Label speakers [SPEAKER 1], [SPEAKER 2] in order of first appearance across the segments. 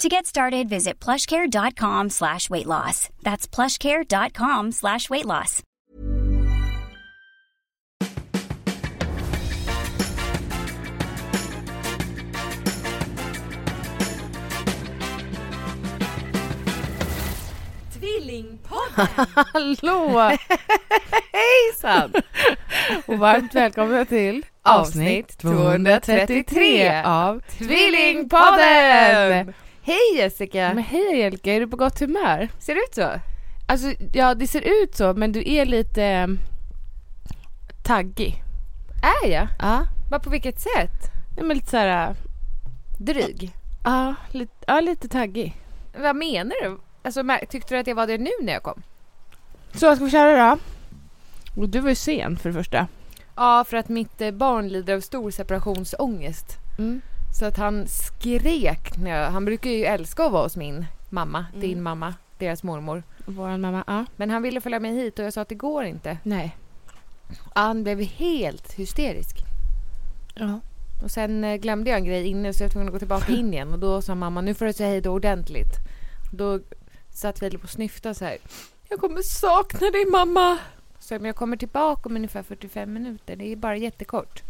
[SPEAKER 1] To get started, visit plushcare.com slash weight loss. That's plushcare.com slash weight loss.
[SPEAKER 2] Tvillingpodden!
[SPEAKER 3] Hallå!
[SPEAKER 2] Hejsan!
[SPEAKER 3] Och varmt välkomna till
[SPEAKER 2] Avsnitt
[SPEAKER 3] avsnitt
[SPEAKER 2] 233
[SPEAKER 3] 233 av
[SPEAKER 2] Tvillingpodden!
[SPEAKER 3] Tvillingpodden!
[SPEAKER 2] Hej Jessica!
[SPEAKER 3] Men hej Angelica, är du på gott humör?
[SPEAKER 2] Ser det ut så?
[SPEAKER 3] Alltså, ja det ser ut så men du är lite ehm, taggig.
[SPEAKER 2] Är jag?
[SPEAKER 3] Ja.
[SPEAKER 2] Bara på vilket sätt?
[SPEAKER 3] Nej men lite såhär,
[SPEAKER 2] Dryg?
[SPEAKER 3] ja lite, ja, lite taggig.
[SPEAKER 2] Vad menar du? Alltså, mär- tyckte du att jag var det nu när jag kom?
[SPEAKER 3] Så vad ska vi köra då? Och du var ju sen för det första.
[SPEAKER 2] Ja, för att mitt eh, barn lider av stor separationsångest.
[SPEAKER 3] Mm.
[SPEAKER 2] Så att han skrek. När jag, han brukar ju älska att vara hos min mamma,
[SPEAKER 3] Mm.
[SPEAKER 2] din mamma, deras mormor.
[SPEAKER 3] Våran mamma, ja.
[SPEAKER 2] Men han ville följa med hit och jag sa att det går inte.
[SPEAKER 3] Nej.
[SPEAKER 2] Han blev helt hysterisk.
[SPEAKER 3] Ja.
[SPEAKER 2] Och sen eh, glömde jag en grej inne så jag var tvungen att gå tillbaka in igen. Och då sa mamma, nu får du säga hej då ordentligt. Då satt vi på och snyftade så här. Jag kommer sakna dig mamma. Så men jag kommer tillbaka om ungefär 45 minuter. Det är bara jättekort.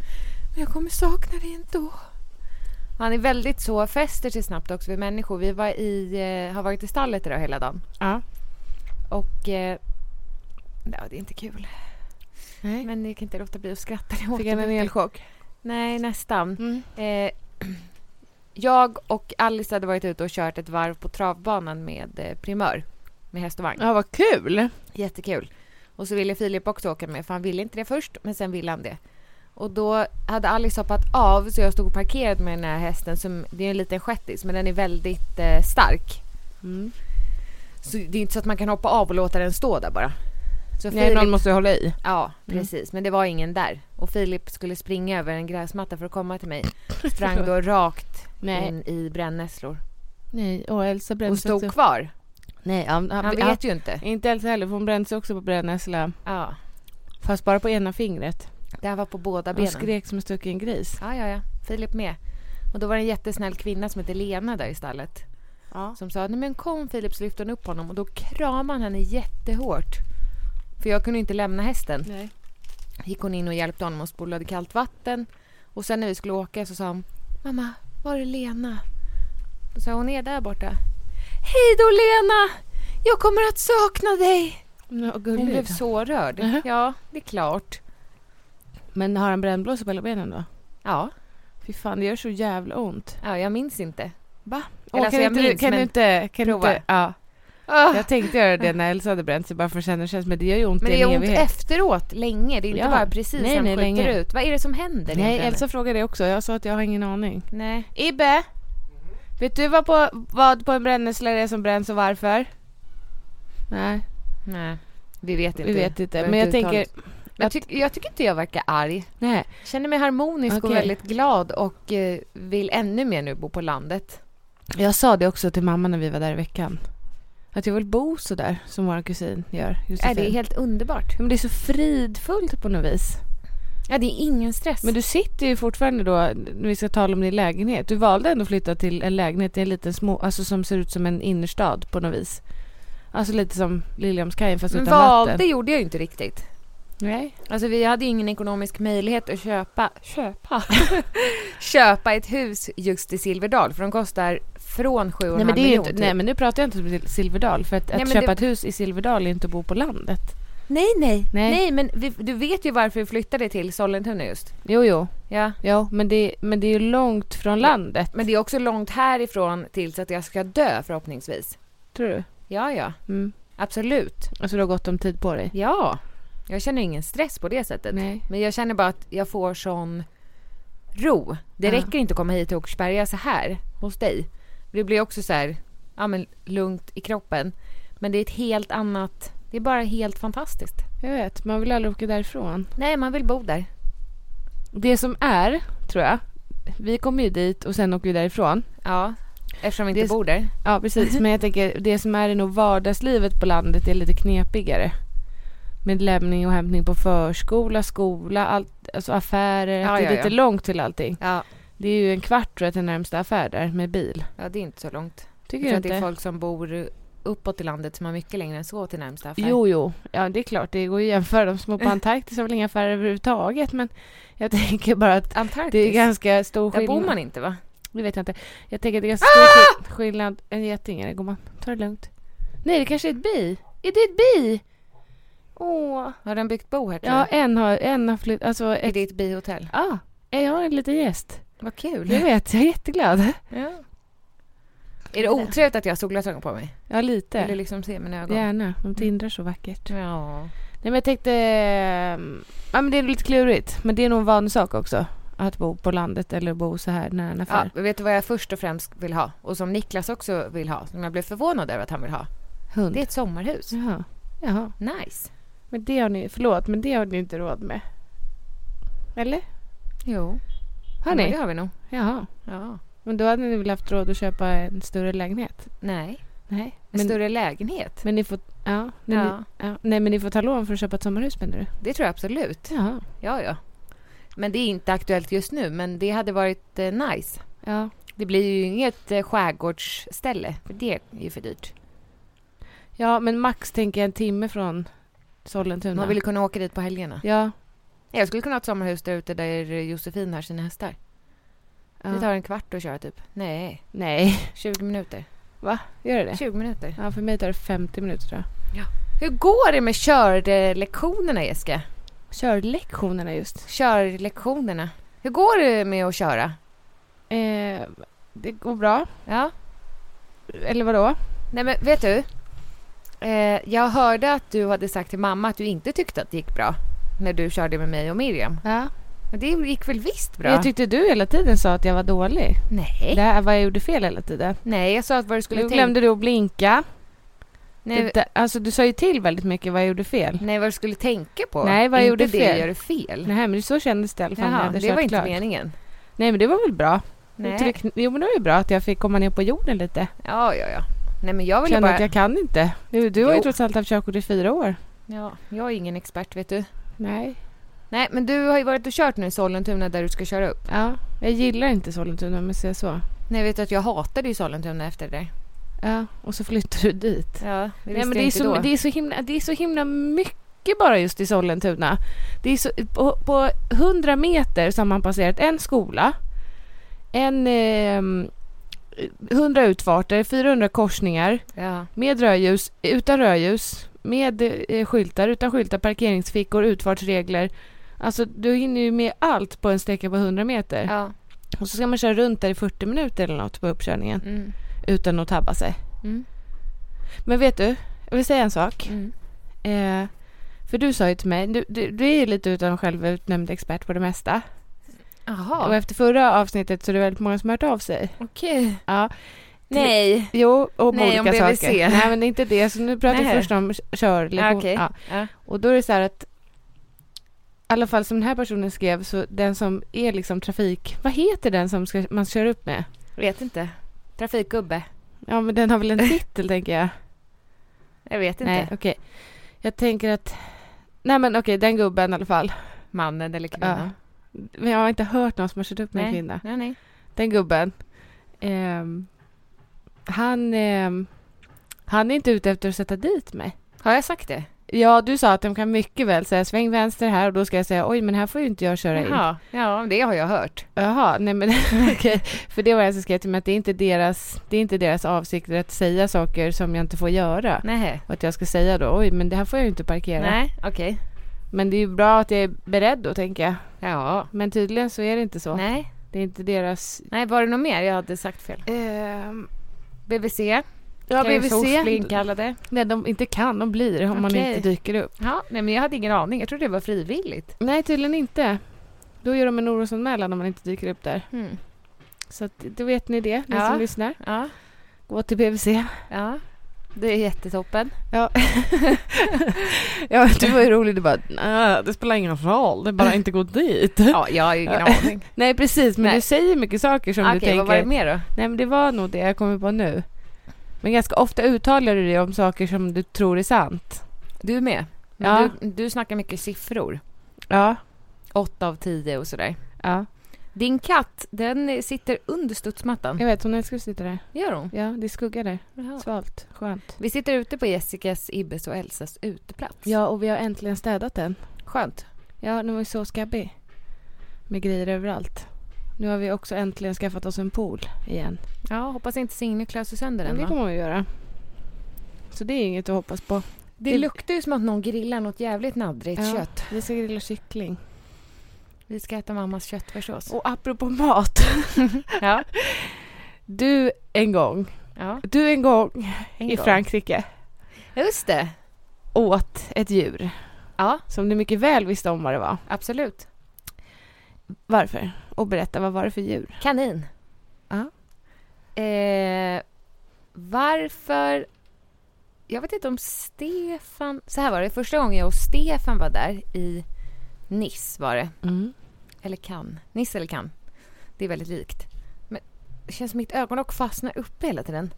[SPEAKER 2] Men jag kommer sakna dig ändå. Han är väldigt så, fäster sig snabbt också vid människor. Vi var i, eh, har varit i stallet idag hela dagen.
[SPEAKER 3] Ja.
[SPEAKER 2] Och eh, ja, det är inte kul.
[SPEAKER 3] Nej.
[SPEAKER 2] Men jag kan inte låta bli att skratta. när jag
[SPEAKER 3] Fick
[SPEAKER 2] återberättar.
[SPEAKER 3] han en elchock?
[SPEAKER 2] Nej, nästan.
[SPEAKER 3] Mm.
[SPEAKER 2] Eh, jag och Alice hade varit ute och kört ett varv på travbanan med eh, primör. Med häst och vagn.
[SPEAKER 3] Ja vad kul!
[SPEAKER 2] Jättekul. Och så ville Filip också åka med för han ville inte det först men sen ville han det. Och då hade Alice hoppat av så jag stod parkerad med den här hästen som, det är en liten shettis men den är väldigt eh, stark.
[SPEAKER 3] Mm.
[SPEAKER 2] Så det är inte så att man kan hoppa av och låta den stå där bara. Så
[SPEAKER 3] Nej någon måste ju hålla i.
[SPEAKER 2] Ja,
[SPEAKER 3] Mm.
[SPEAKER 2] precis. Men det var ingen där. Och Filip skulle springa över en gräsmatta för att komma till mig. Sprang då rakt
[SPEAKER 3] Nej.
[SPEAKER 2] in i brännässlor.
[SPEAKER 3] Nej, Mm. och Elsa brände
[SPEAKER 2] Och
[SPEAKER 3] sig
[SPEAKER 2] stod
[SPEAKER 3] också.
[SPEAKER 2] kvar.
[SPEAKER 3] Nej, han,
[SPEAKER 2] Han
[SPEAKER 3] han, han,
[SPEAKER 2] vet ju inte.
[SPEAKER 3] inte Elsa heller för hon brände sig också på brännässla.
[SPEAKER 2] Ja,
[SPEAKER 3] Fast bara på ena fingret.
[SPEAKER 2] det här var på båda
[SPEAKER 3] Hon
[SPEAKER 2] benen.
[SPEAKER 3] skrek som en stucken gris.
[SPEAKER 2] Ja, ja, ja. Filip med. Och då var det en jättesnäll kvinna som hette Lena där i stallet.
[SPEAKER 3] Ja.
[SPEAKER 2] Som sa, nej men kom Filip så lyfte hon upp honom och då kramade han henne jättehårt. För jag kunde inte lämna hästen.
[SPEAKER 3] Nej.
[SPEAKER 2] gick hon in och hjälpte honom och spolade kallt vatten. Och sen när vi skulle åka så sa hon Mamma, var är Lena? Då sa jag, hon är där borta. Hej då Lena! Jag kommer att sakna dig!
[SPEAKER 3] Men vad
[SPEAKER 2] Hon blev
[SPEAKER 3] gullig.
[SPEAKER 2] så rörd.
[SPEAKER 3] Mhm.
[SPEAKER 2] Ja, det är klart.
[SPEAKER 3] Men har han brännblåsa på hela benen då?
[SPEAKER 2] Ja,
[SPEAKER 3] Fy fan, det gör så jävla ont.
[SPEAKER 2] ja jag minns inte.
[SPEAKER 3] Va?
[SPEAKER 2] Eller
[SPEAKER 3] Åh,
[SPEAKER 2] alltså,
[SPEAKER 3] kan
[SPEAKER 2] jag
[SPEAKER 3] inte, du-
[SPEAKER 2] minns,
[SPEAKER 3] kan
[SPEAKER 2] men
[SPEAKER 3] du inte... Kan du
[SPEAKER 2] prova.
[SPEAKER 3] inte ja.
[SPEAKER 2] Ah,
[SPEAKER 3] Jag tänkte göra det när Elsa hade bränt sig bara för att känna hur det känns. Men det gör ju ont
[SPEAKER 2] Men
[SPEAKER 3] i
[SPEAKER 2] det
[SPEAKER 3] en
[SPEAKER 2] gör ont
[SPEAKER 3] evighet.
[SPEAKER 2] efteråt, länge. Det är inte
[SPEAKER 3] Ja.
[SPEAKER 2] bara precis
[SPEAKER 3] Nej,
[SPEAKER 2] när
[SPEAKER 3] nej,
[SPEAKER 2] han skjuter
[SPEAKER 3] länge.
[SPEAKER 2] ut. Vad är det som händer?
[SPEAKER 3] Nej, alltså-
[SPEAKER 2] egentligen?
[SPEAKER 3] Elsa frågade det också. Jag sa att jag har ingen aning.
[SPEAKER 2] Nej.
[SPEAKER 3] Ibbe! Vet du vad på, vad på en brännässla det är som bränns och varför? Nej,
[SPEAKER 2] nej. Vi vet inte.
[SPEAKER 3] vi vet inte.
[SPEAKER 2] Behöver
[SPEAKER 3] Men jag
[SPEAKER 2] inte uttala
[SPEAKER 3] tänker...
[SPEAKER 2] oss. Men jag, tyck, jag tycker inte jag verkar arg.
[SPEAKER 3] Nej.
[SPEAKER 2] känner mig harmonisk och
[SPEAKER 3] Okej.
[SPEAKER 2] väldigt glad och eh, vill ännu mer nu bo på landet.
[SPEAKER 3] Jag sa det också till mamma när vi var där i veckan. Att jag vill bo så där som vår kusin gör.
[SPEAKER 2] Ja,
[SPEAKER 3] Josefin.
[SPEAKER 2] det är helt underbart.
[SPEAKER 3] Ja, Men det är så fridfullt på något vis.
[SPEAKER 2] Ja, det är ingen stress.
[SPEAKER 3] Men du sitter ju fortfarande då, när vi ska tala om din lägenhet. Du valde ändå att flytta till en lägenhet i en liten små, alltså som ser ut som en innerstad på något vis. Alltså lite som Liljeholmskajen fast
[SPEAKER 2] Men
[SPEAKER 3] utan
[SPEAKER 2] valde
[SPEAKER 3] vatten.
[SPEAKER 2] gjorde jag ju inte riktigt.
[SPEAKER 3] Nej.
[SPEAKER 2] Alltså vi hade ju ingen ekonomisk möjlighet att köpa, köpa, köpa ett hus just i Silverdal för de kostar från 7,5
[SPEAKER 3] Nej, men det är ju
[SPEAKER 2] miljoner.
[SPEAKER 3] inte, typ. nej men nu pratar jag inte om Sil- Silverdal. För att,
[SPEAKER 2] Nej,
[SPEAKER 3] att
[SPEAKER 2] men
[SPEAKER 3] köpa
[SPEAKER 2] det-
[SPEAKER 3] ett hus i Silverdal är inte att bo på landet.
[SPEAKER 2] Nej, nej, nej.
[SPEAKER 3] Nej.
[SPEAKER 2] men vi, du vet ju varför vi flyttade till Sollentuna just.
[SPEAKER 3] Jo, jo.
[SPEAKER 2] Ja.
[SPEAKER 3] Jo, men det, men det är ju långt från landet.
[SPEAKER 2] Men det är också långt härifrån tills att jag ska dö förhoppningsvis.
[SPEAKER 3] Tror du?
[SPEAKER 2] Ja, ja.
[SPEAKER 3] Mm.
[SPEAKER 2] Absolut.
[SPEAKER 3] Alltså du har gott om tid på dig.
[SPEAKER 2] Ja. Jag känner ingen stress på det sättet.
[SPEAKER 3] Nej.
[SPEAKER 2] Men jag känner bara att jag får sån ro. Det
[SPEAKER 3] Ja.
[SPEAKER 2] räcker inte att komma hit till Åkersberga så här hos dig. Det blir också så här, ja men lugnt i kroppen. Men det är ett helt annat, det är bara helt fantastiskt.
[SPEAKER 3] Jag vet, man vill aldrig åka därifrån.
[SPEAKER 2] Nej, man vill bo där.
[SPEAKER 3] Det som är, tror jag, vi kommer ju dit och sen åker vi därifrån.
[SPEAKER 2] Ja, eftersom vi inte
[SPEAKER 3] Det är s-
[SPEAKER 2] bor där.
[SPEAKER 3] Ja, precis. Men jag tänker, det som är i nog vardagslivet på landet är lite knepigare. Med lämning och hämtning på förskola, skola, allt, alltså affärer.
[SPEAKER 2] Ja,
[SPEAKER 3] att det
[SPEAKER 2] ja,
[SPEAKER 3] är
[SPEAKER 2] ja.
[SPEAKER 3] lite långt till allting.
[SPEAKER 2] Ja,
[SPEAKER 3] Det är ju en kvart tror jag till närmsta affär där med bil.
[SPEAKER 2] ja det är inte så långt. Jag
[SPEAKER 3] Tycker
[SPEAKER 2] tror
[SPEAKER 3] du
[SPEAKER 2] att det är
[SPEAKER 3] inte?
[SPEAKER 2] folk som bor uppåt i landet som har mycket längre än så till närmsta affär.
[SPEAKER 3] Jo, jo. Ja, det är klart. Det går ju att jämföra. De som bor på Antarktis har väl inga affärer överhuvudtaget. Men jag tänker bara att
[SPEAKER 2] Antarktis.
[SPEAKER 3] det är ganska stor
[SPEAKER 2] där
[SPEAKER 3] skillnad.
[SPEAKER 2] bor man Ah! inte va?
[SPEAKER 3] Det vet jag inte. Jag tänker att det är ganska stor skill- skillnad. En geting, eller gumman? Ta det lugnt. Nej, det kanske är ett bi. Är det ett bi? Åh.
[SPEAKER 2] Har den byggt bo här tror
[SPEAKER 3] Ja,
[SPEAKER 2] du?
[SPEAKER 3] en har, en har flyttat. Alltså,
[SPEAKER 2] I
[SPEAKER 3] ett...
[SPEAKER 2] ditt bihotell?
[SPEAKER 3] Ja, jag har en liten gäst.
[SPEAKER 2] Vad kul.
[SPEAKER 3] Jag vet, jag är jätteglad.
[SPEAKER 2] Ja. Är det otrevligt att jag har solglasögon på mig?
[SPEAKER 3] Ja,
[SPEAKER 2] Vill du
[SPEAKER 3] lite.
[SPEAKER 2] liksom se mina ögon?
[SPEAKER 3] Gärna. De tindrar så vackert.
[SPEAKER 2] Ja.
[SPEAKER 3] Nej men jag tänkte... ehm, Ja men det är lite klurigt. Men det är nog en vanlig sak också. Att bo på landet eller bo så här nära en
[SPEAKER 2] ja.
[SPEAKER 3] affär.
[SPEAKER 2] Vet du vad jag först och främst vill ha? Och som Niklas också vill ha. Som jag blev förvånad över att han vill ha.
[SPEAKER 3] Hund.
[SPEAKER 2] Det är ett sommarhus.
[SPEAKER 3] Jaha. Jaha.
[SPEAKER 2] Nice.
[SPEAKER 3] Men det har ni... Förlåt men det har ni inte råd med. Eller?
[SPEAKER 2] Jo.
[SPEAKER 3] Har
[SPEAKER 2] Ja, men
[SPEAKER 3] ni?
[SPEAKER 2] det har vi nog.
[SPEAKER 3] Jaha.
[SPEAKER 2] Ja.
[SPEAKER 3] Men då hade ni väl haft råd att köpa en större lägenhet?
[SPEAKER 2] Nej.
[SPEAKER 3] Nej.
[SPEAKER 2] En
[SPEAKER 3] Men,
[SPEAKER 2] större lägenhet.
[SPEAKER 3] men ni får... Ja, men
[SPEAKER 2] Ja.
[SPEAKER 3] Ni, ja. Nej men ni får ta lån för att köpa ett sommarhus menar du?
[SPEAKER 2] Det tror jag absolut.
[SPEAKER 3] Jaha.
[SPEAKER 2] Ja, ja. Men det är inte aktuellt just nu. Men det hade varit eh, nice.
[SPEAKER 3] Ja.
[SPEAKER 2] Det blir ju inget eh, skärgårdsställe. För det är ju för dyrt.
[SPEAKER 3] Ja men max tänker jag en timme från Sollentuna.
[SPEAKER 2] Man vill ju kunna åka dit på helgerna.
[SPEAKER 3] Ja.
[SPEAKER 2] Jag skulle kunna ha ett sommarhus där ute där Josefin har sina hästar.
[SPEAKER 3] ja.
[SPEAKER 2] Det tar en kvart att köra typ. Nej,
[SPEAKER 3] Nej.
[SPEAKER 2] 20 minuter.
[SPEAKER 3] Gör det
[SPEAKER 2] 20 minuter.
[SPEAKER 3] Ja för mig tar det 50 minuter tror jag.
[SPEAKER 2] Hur går det med körlektionerna Jessica?
[SPEAKER 3] Körlektionerna just.
[SPEAKER 2] Körlektionerna. Hur går det med att köra?
[SPEAKER 3] Eh, det går bra.
[SPEAKER 2] Ja.
[SPEAKER 3] Eller vadå?
[SPEAKER 2] Nej men vet du? Eh, jag hörde att du hade sagt till mamma att du inte tyckte att det gick bra. När du körde med mig och Miriam.
[SPEAKER 3] Ja.
[SPEAKER 2] Men det gick väl visst bra?
[SPEAKER 3] Jag tyckte du hela tiden sa att jag var dålig.
[SPEAKER 2] Nej.
[SPEAKER 3] Det här var jag gjorde fel hela tiden.
[SPEAKER 2] Nej, jag sa att vad du skulle
[SPEAKER 3] Du
[SPEAKER 2] tänka.
[SPEAKER 3] glömde du att blinka.
[SPEAKER 2] Nej,
[SPEAKER 3] Det där- alltså du sa ju till väldigt mycket vad jag gjorde fel.
[SPEAKER 2] nej, vad du skulle tänka på.
[SPEAKER 3] Nej, vad jag
[SPEAKER 2] inte
[SPEAKER 3] gjorde
[SPEAKER 2] det
[SPEAKER 3] fel.
[SPEAKER 2] gör du fel.
[SPEAKER 3] Nej men så kändes Mm. det i alla fall när jag
[SPEAKER 2] Jaha,
[SPEAKER 3] hade
[SPEAKER 2] det
[SPEAKER 3] kört
[SPEAKER 2] var inte
[SPEAKER 3] klart.
[SPEAKER 2] meningen.
[SPEAKER 3] Nej men det var väl bra.
[SPEAKER 2] Nej.
[SPEAKER 3] Jag tycker det kn- Jo men det var ju bra att jag fick komma ner på jorden lite.
[SPEAKER 2] Ja, ja, ja. Nej, men jag vill ju
[SPEAKER 3] Kände
[SPEAKER 2] bara...
[SPEAKER 3] att jag kan inte. Du, du har ju
[SPEAKER 2] Jo.
[SPEAKER 3] trots allt haft körkort i fyra år.
[SPEAKER 2] Ja, jag är ingen expert, vet du.
[SPEAKER 3] Nej.
[SPEAKER 2] Nej, men du har ju varit och kört nu i Sollentuna där du ska köra upp.
[SPEAKER 3] Ja. Jag gillar inte Sollentuna om jag säger så.
[SPEAKER 2] Nej, vet du att jag hatade ju Sollentuna efter det där.
[SPEAKER 3] Ja. Och så flyttar du dit.
[SPEAKER 2] Ja, det
[SPEAKER 3] Nej,
[SPEAKER 2] visste
[SPEAKER 3] men
[SPEAKER 2] jag
[SPEAKER 3] det, är
[SPEAKER 2] inte
[SPEAKER 3] så,
[SPEAKER 2] då.
[SPEAKER 3] det, är så himla, det är så himla mycket bara just i Sollentuna. Det är så, på, på 100 meter så har man passerat en skola, en, ehm, 100 utfarter, 400 korsningar
[SPEAKER 2] Ja,
[SPEAKER 3] med rödljus, utan rödljus, med eh, skyltar, utan skyltar, parkeringsfickor, utfartsregler. Alltså du hinner ju med allt på en sträcka på 100 meter.
[SPEAKER 2] ja.
[SPEAKER 3] Och så ska man köra runt där i 40 minuter eller något på uppkörningen
[SPEAKER 2] Mm.
[SPEAKER 3] utan att tabba sig.
[SPEAKER 2] Mm.
[SPEAKER 3] Men vet du, jag vill säga en sak.
[SPEAKER 2] Mm.
[SPEAKER 3] Eh, för du sa ju till mig, du, du, du är ju lite utav en självutnämnd expert på det mesta. Och
[SPEAKER 2] Jaha,
[SPEAKER 3] efter förra avsnittet så är det väldigt många som har hört av sig.
[SPEAKER 2] okej.
[SPEAKER 3] Ja.
[SPEAKER 2] Nej.
[SPEAKER 3] Jo, om
[SPEAKER 2] Nej,
[SPEAKER 3] olika
[SPEAKER 2] om BVC.
[SPEAKER 3] saker. Nej, men det är inte det. Så nu pratar vi
[SPEAKER 2] Nej.
[SPEAKER 3] först om k- körlektion.
[SPEAKER 2] Ja, okej.
[SPEAKER 3] Ja.
[SPEAKER 2] Ja.
[SPEAKER 3] Och då är det så här att, i alla fall som den här personen skrev, så den som är liksom trafik... Vad heter den som ska, man kör upp med?
[SPEAKER 2] Vet inte. Trafikgubbe.
[SPEAKER 3] Ja, men den har väl en titel, tänker jag.
[SPEAKER 2] Jag vet inte.
[SPEAKER 3] Nej, okej. Jag tänker att... Nej, men okej, den gubben i alla fall.
[SPEAKER 2] Mannen eller kvinnan.
[SPEAKER 3] Men jag har inte hört någon som har kört upp med en kvinna.
[SPEAKER 2] nej, nej.
[SPEAKER 3] Den gubben. ehm, han, ehm, han är inte ute efter att sätta dit mig.
[SPEAKER 2] Har jag sagt det?
[SPEAKER 3] Ja, du sa att de kan mycket väl säga sväng vänster här och då ska jag säga oj, men här får ju inte jag köra in.
[SPEAKER 2] Jaha, ja, det har jag hört.
[SPEAKER 3] Jaha, nej men okej. För det var en som skrev till mig att det är inte deras, det är inte deras avsikter att säga saker som jag inte får göra.
[SPEAKER 2] Nej.
[SPEAKER 3] Och att jag ska säga då, oj men det här får jag ju inte parkera.
[SPEAKER 2] Nej, okej.
[SPEAKER 3] Men det är ju bra att jag är beredd då tänker jag.
[SPEAKER 2] Ja.
[SPEAKER 3] Men tydligen så är det inte så.
[SPEAKER 2] Nej.
[SPEAKER 3] Det är inte deras...
[SPEAKER 2] Nej, var det något mer? Jag hade sagt fel. Ehm, BBC.
[SPEAKER 3] ja,
[SPEAKER 2] Osling
[SPEAKER 3] BVC.
[SPEAKER 2] kallade.
[SPEAKER 3] Nej, de inte kan, de blir om man
[SPEAKER 2] Okej.
[SPEAKER 3] inte dyker upp.
[SPEAKER 2] Ja, nej men jag hade ingen aning. Jag trodde det var frivilligt.
[SPEAKER 3] Nej, tydligen inte. Då gör de en orosanmälan om man inte dyker upp där. Så att, då vet ni det, ni
[SPEAKER 2] Ja.
[SPEAKER 3] som lyssnar.
[SPEAKER 2] Ja.
[SPEAKER 3] Gå till BVC.
[SPEAKER 2] ja. Det är jättetoppen.
[SPEAKER 3] Ja, du var ju rolig. Du bara, "Nej, det spelar ingen roll, det är bara inte gå dit.
[SPEAKER 2] Ja, jag har ju ingen aning.
[SPEAKER 3] Nej, precis, men
[SPEAKER 2] Nej.
[SPEAKER 3] du säger mycket saker som
[SPEAKER 2] Okej,
[SPEAKER 3] du tänker.
[SPEAKER 2] vad var det mer då?
[SPEAKER 3] Nej, men det var nog det jag kommer på nu. Men ganska ofta uttalar du dig om saker som du tror är sant.
[SPEAKER 2] Du är med.
[SPEAKER 3] Ja.
[SPEAKER 2] Du, du snackar mycket siffror.
[SPEAKER 3] Ja.
[SPEAKER 2] Åtta av tio och sådär.
[SPEAKER 3] Ja,
[SPEAKER 2] Din katt, den sitter under studsmattan.
[SPEAKER 3] jag vet. Hon älskar att sitta där.
[SPEAKER 2] Gör hon?
[SPEAKER 3] Ja, det är skugga där.
[SPEAKER 2] Jaha.
[SPEAKER 3] Svalt. Skönt.
[SPEAKER 2] Vi sitter ute på Jessicas, Ibbes och Elsas uteplats.
[SPEAKER 3] Ja, och vi har äntligen städat den.
[SPEAKER 2] Skönt.
[SPEAKER 3] Ja, den var ju så skabbig. Med grejer överallt. Nu har vi också äntligen skaffat oss en pool igen.
[SPEAKER 2] Ja, hoppas inte Signe klöser sönder
[SPEAKER 3] Men
[SPEAKER 2] den.
[SPEAKER 3] det
[SPEAKER 2] va?
[SPEAKER 3] kommer vi göra. Så det är inget att hoppas på.
[SPEAKER 2] Det
[SPEAKER 3] det-
[SPEAKER 2] luktar ju som att någon grillar något jävligt naddrigt
[SPEAKER 3] Ja.
[SPEAKER 2] kött.
[SPEAKER 3] Vi ska grilla kyckling.
[SPEAKER 2] Vi ska äta mammas köttfärssås.
[SPEAKER 3] Och apropå mat.
[SPEAKER 2] Ja.
[SPEAKER 3] Du en gång.
[SPEAKER 2] ja.
[SPEAKER 3] Du en gång
[SPEAKER 2] en
[SPEAKER 3] i
[SPEAKER 2] gång.
[SPEAKER 3] Frankrike
[SPEAKER 2] Just det.
[SPEAKER 3] åt ett djur
[SPEAKER 2] Ja,
[SPEAKER 3] som du mycket väl visste om vad det var.
[SPEAKER 2] absolut.
[SPEAKER 3] Varför? Och berätta, vad var det för djur?
[SPEAKER 2] Kanin.
[SPEAKER 3] Ja.
[SPEAKER 2] Eh, varför... Jag vet inte om Stefan... Så här var det. Första gången jag och Stefan var där i Nice var det. Eller kan. Niss eller kan. Det är väldigt likt. Men det känns som mitt ögonlock fastnar uppe hela tiden.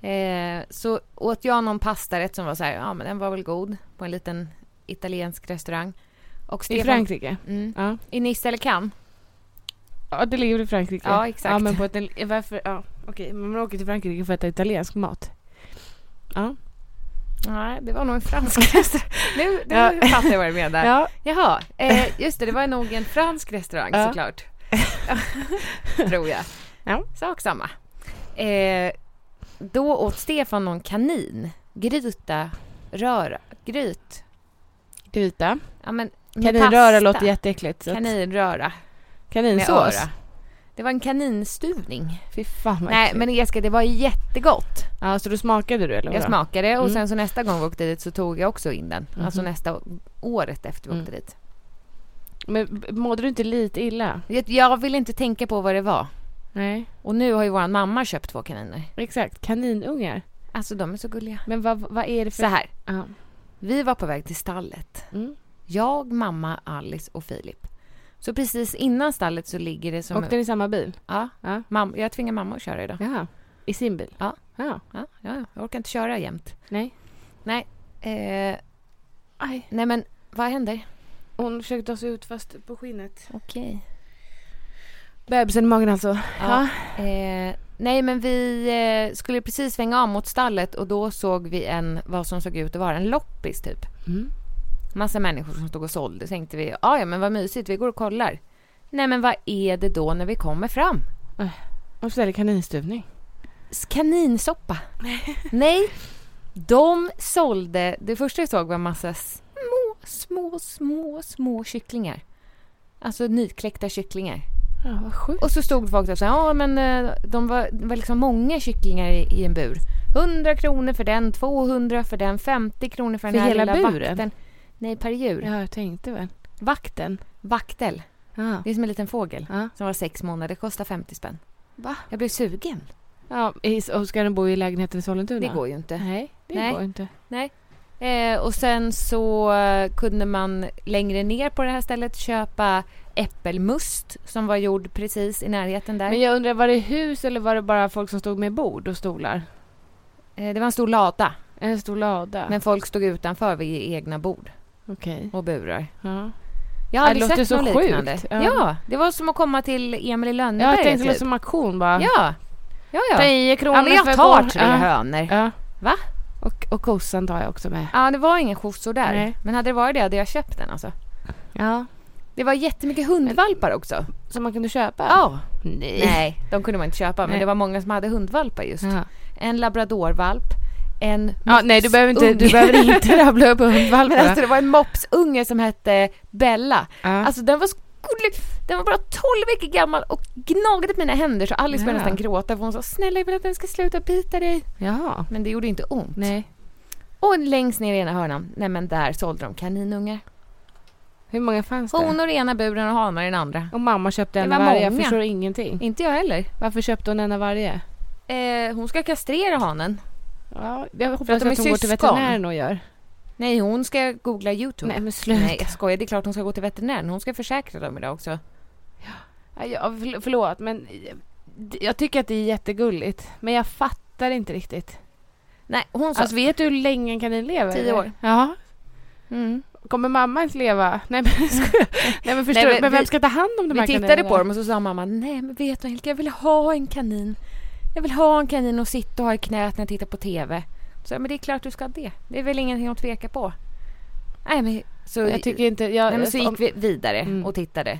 [SPEAKER 2] Eh, så åt jag någon pastarätt som var så här, ja men den var väl god. På en liten italiensk restaurang. Och
[SPEAKER 3] I
[SPEAKER 2] Stefan,
[SPEAKER 3] Frankrike?
[SPEAKER 2] mm,
[SPEAKER 3] Ja.
[SPEAKER 2] I Nice eller kan.
[SPEAKER 3] ja, det ligger väl i Frankrike?
[SPEAKER 2] Ja, exakt.
[SPEAKER 3] Ja, men på ett, varför? Ja, okej, men man åker till Frankrike för att äta italiensk mat.
[SPEAKER 2] Nej, det var nog en fransk restaurang. Nu, nu
[SPEAKER 3] Ja.
[SPEAKER 2] fattar jag vad du menar.
[SPEAKER 3] Ja,
[SPEAKER 2] Jaha, eh, just det, det var nog en fransk restaurang
[SPEAKER 3] Ja.
[SPEAKER 2] såklart. Tror jag.
[SPEAKER 3] Ja.
[SPEAKER 2] Sak samma. Eh, då åt Stefan någon kanin. Gryta, röra, gryt.
[SPEAKER 3] gryta.
[SPEAKER 2] Ja, men med
[SPEAKER 3] Kaninröra
[SPEAKER 2] pasta.
[SPEAKER 3] låter jätteäckligt. så att-
[SPEAKER 2] Kaninröra med
[SPEAKER 3] Kaninsås?
[SPEAKER 2] öra. Det var en kaninstuvning.
[SPEAKER 3] Fy fan vad
[SPEAKER 2] Nej,
[SPEAKER 3] äckligt.
[SPEAKER 2] men Jessica, det var jättegott.
[SPEAKER 3] Ja, så då smakade du eller?
[SPEAKER 2] Jag
[SPEAKER 3] vadå?
[SPEAKER 2] smakade och
[SPEAKER 3] Mm.
[SPEAKER 2] sen så nästa gång vi åkte dit så tog jag också in den. Alltså
[SPEAKER 3] Mhm. Mm.
[SPEAKER 2] nästa året efter vi åkte dit.
[SPEAKER 3] Men b- mådde du inte lite illa?
[SPEAKER 2] Jag, jag vill inte tänka på vad det var.
[SPEAKER 3] Nej.
[SPEAKER 2] Och nu har ju vår mamma köpt två kaniner.
[SPEAKER 3] Exakt, kaninungar.
[SPEAKER 2] Alltså de är så gulliga.
[SPEAKER 3] Men vad, vad är det för...
[SPEAKER 2] Så här,
[SPEAKER 3] Ja.
[SPEAKER 2] vi var på väg till stallet.
[SPEAKER 3] Mm.
[SPEAKER 2] Jag, mamma, Alice och Filip. Så precis innan stallet så ligger det som...
[SPEAKER 3] Åkte ni i samma bil?
[SPEAKER 2] Ja,
[SPEAKER 3] Ja.
[SPEAKER 2] mam, jag tvingar mamma att köra idag.
[SPEAKER 3] Jaha. I sin bil?
[SPEAKER 2] Ja.
[SPEAKER 3] ja.
[SPEAKER 2] Ja, ja, jag orkar inte köra jämt.
[SPEAKER 3] Nej.
[SPEAKER 2] Nej, eh,
[SPEAKER 3] Aj.
[SPEAKER 2] nej men vad händer?
[SPEAKER 3] Hon försökte ta sig ut fast på skinnet.
[SPEAKER 2] Okej.
[SPEAKER 3] Bebisen i magen alltså?
[SPEAKER 2] Ja. Eh, nej men vi eh, skulle precis svänga av mot stallet och då såg vi en, vad som såg ut att vara en loppis typ.
[SPEAKER 3] Mm.
[SPEAKER 2] massa människor som stod och sålde. Så tänkte vi, ja ja men vad mysigt, vi går och kollar. Nej men vad är det då när vi kommer fram?
[SPEAKER 3] Hon ställer kaninstuvning.
[SPEAKER 2] S- Kaninsoppa. Nej, de sålde, det första jag såg var massa små, små, små, små kycklingar. Alltså nykläckta kycklingar.
[SPEAKER 3] Ja, vad sjukt.
[SPEAKER 2] Och så stod folk där och sa, ja men eh, de var, det var liksom många kycklingar i, i en bur. 100 kronor för den, 200 för den, 50 kronor för den
[SPEAKER 3] För
[SPEAKER 2] här
[SPEAKER 3] hela
[SPEAKER 2] lilla
[SPEAKER 3] buren?
[SPEAKER 2] vakten. Nej, per djur.
[SPEAKER 3] Ja, jag tänkte väl. Vakten?
[SPEAKER 2] Vaktel.
[SPEAKER 3] Ja.
[SPEAKER 2] Det är som en liten fågel.
[SPEAKER 3] Ja.
[SPEAKER 2] som var sex månader kostar 50 spänn.
[SPEAKER 3] Va?
[SPEAKER 2] Jag blev sugen.
[SPEAKER 3] ja. i- Och ska den bo i lägenheten i Sollentuna?
[SPEAKER 2] Det går ju inte.
[SPEAKER 3] Nej, det
[SPEAKER 2] Nej.
[SPEAKER 3] går inte.
[SPEAKER 2] Eh, och sen så eh, kunde man längre ner på det här stället köpa äppelmust som var gjord precis i närheten där.
[SPEAKER 3] Men jag undrar, var det hus eller var det bara folk som stod med bord och stolar?
[SPEAKER 2] Eh, det var en stor lada,
[SPEAKER 3] En stor lada?
[SPEAKER 2] men folk stod utanför vid egna bord
[SPEAKER 3] Okej.
[SPEAKER 2] och burar.
[SPEAKER 3] Ja.
[SPEAKER 2] Jag har
[SPEAKER 3] Det
[SPEAKER 2] aldrig
[SPEAKER 3] Äh, låter
[SPEAKER 2] sett
[SPEAKER 3] så
[SPEAKER 2] något
[SPEAKER 3] sjukt.
[SPEAKER 2] liknande.
[SPEAKER 3] Ja.
[SPEAKER 2] Ja. det var som att komma till Emil i
[SPEAKER 3] Ja,
[SPEAKER 2] Lönneberga
[SPEAKER 3] jag tänkte det låter
[SPEAKER 2] typ.
[SPEAKER 3] som auktion bara.
[SPEAKER 2] Ja, ja, ja.
[SPEAKER 3] 10 kronor
[SPEAKER 2] ja men jag
[SPEAKER 3] för
[SPEAKER 2] tar
[SPEAKER 3] bord.
[SPEAKER 2] tre
[SPEAKER 3] ja.
[SPEAKER 2] hönor.
[SPEAKER 3] Ja.
[SPEAKER 2] Va?
[SPEAKER 3] Okej, Och, och kossan tar jag också med.
[SPEAKER 2] Ja, det var ingen kossor där.
[SPEAKER 3] Nej.
[SPEAKER 2] Men hade det varit det hade jag köpt den alltså.
[SPEAKER 3] Ja.
[SPEAKER 2] Det var jättemycket hundvalpar också.
[SPEAKER 3] Som man kunde köpa?
[SPEAKER 2] Ja.
[SPEAKER 3] Nej.
[SPEAKER 2] Nej, de kunde man inte köpa men
[SPEAKER 3] Nej.
[SPEAKER 2] det var många som hade hundvalpar just.
[SPEAKER 3] Ja.
[SPEAKER 2] En labradorvalp, en
[SPEAKER 3] Ja, nej, du behöver inte, du
[SPEAKER 2] mopsunge.
[SPEAKER 3] behöver inte rabbla upp
[SPEAKER 2] Men
[SPEAKER 3] hundvalparna.
[SPEAKER 2] alltså det var en mopsunge som hette Bella.
[SPEAKER 3] Ja.
[SPEAKER 2] Alltså den var så gullig. Den var bara 12 veckor gammal och gnagde på mina händer så Alice började
[SPEAKER 3] Ja.
[SPEAKER 2] nästan gråta för hon sa snälla jag vill att den ska sluta bita dig.
[SPEAKER 3] ja.
[SPEAKER 2] Men det gjorde inte ont.
[SPEAKER 3] Nej.
[SPEAKER 2] Och längst ner i ena hörnan, nej men där sålde de kaninungar.
[SPEAKER 3] Hur många fanns det?
[SPEAKER 2] Honor i ena buren och hanar i den andra.
[SPEAKER 3] Och mamma köpte en
[SPEAKER 2] Det
[SPEAKER 3] av
[SPEAKER 2] var
[SPEAKER 3] varje. Jag
[SPEAKER 2] många.
[SPEAKER 3] förstår ingenting.
[SPEAKER 2] Inte jag heller.
[SPEAKER 3] Varför köpte hon en av varje?
[SPEAKER 2] Eh, hon ska kastrera hanen.
[SPEAKER 3] Ja, jag hoppas
[SPEAKER 2] För att de
[SPEAKER 3] att,
[SPEAKER 2] är
[SPEAKER 3] hon går
[SPEAKER 2] syskon.
[SPEAKER 3] till veterinären och gör.
[SPEAKER 2] Nej, hon ska googla Youtube.
[SPEAKER 3] Nej men sluta.
[SPEAKER 2] Nej, jag skojar. Det är klart hon ska gå till veterinären. Hon ska försäkra dem idag också.
[SPEAKER 3] Ja, jag- förl- förlåt men d- jag tycker att det är jättegulligt. Men jag fattar inte riktigt.
[SPEAKER 2] Nej, hon sa...
[SPEAKER 3] Alltså vet du hur länge en kanin lever?
[SPEAKER 2] Tio år.
[SPEAKER 3] Ja.
[SPEAKER 2] mm.
[SPEAKER 3] Kommer mamma ens leva? Nej men, ska, nej, men förstår
[SPEAKER 2] Nej,
[SPEAKER 3] du?
[SPEAKER 2] men
[SPEAKER 3] Men
[SPEAKER 2] vi-
[SPEAKER 3] vem ska ta hand om de
[SPEAKER 2] Vi
[SPEAKER 3] här
[SPEAKER 2] tittade
[SPEAKER 3] kaninerna?
[SPEAKER 2] på dem och så sa mamma, nej men vet du Angelica, jag vill ha en kanin. Jag vill ha en kanin och sitta och ha i knät när jag tittar på TV. Så jag, men det är klart du ska ha det. Det är väl ingenting att tveka på. Nej men så,
[SPEAKER 3] Jag tycker inte... Jag,
[SPEAKER 2] nej, men så
[SPEAKER 3] om-
[SPEAKER 2] gick vi vidare
[SPEAKER 3] Mm.
[SPEAKER 2] och tittade.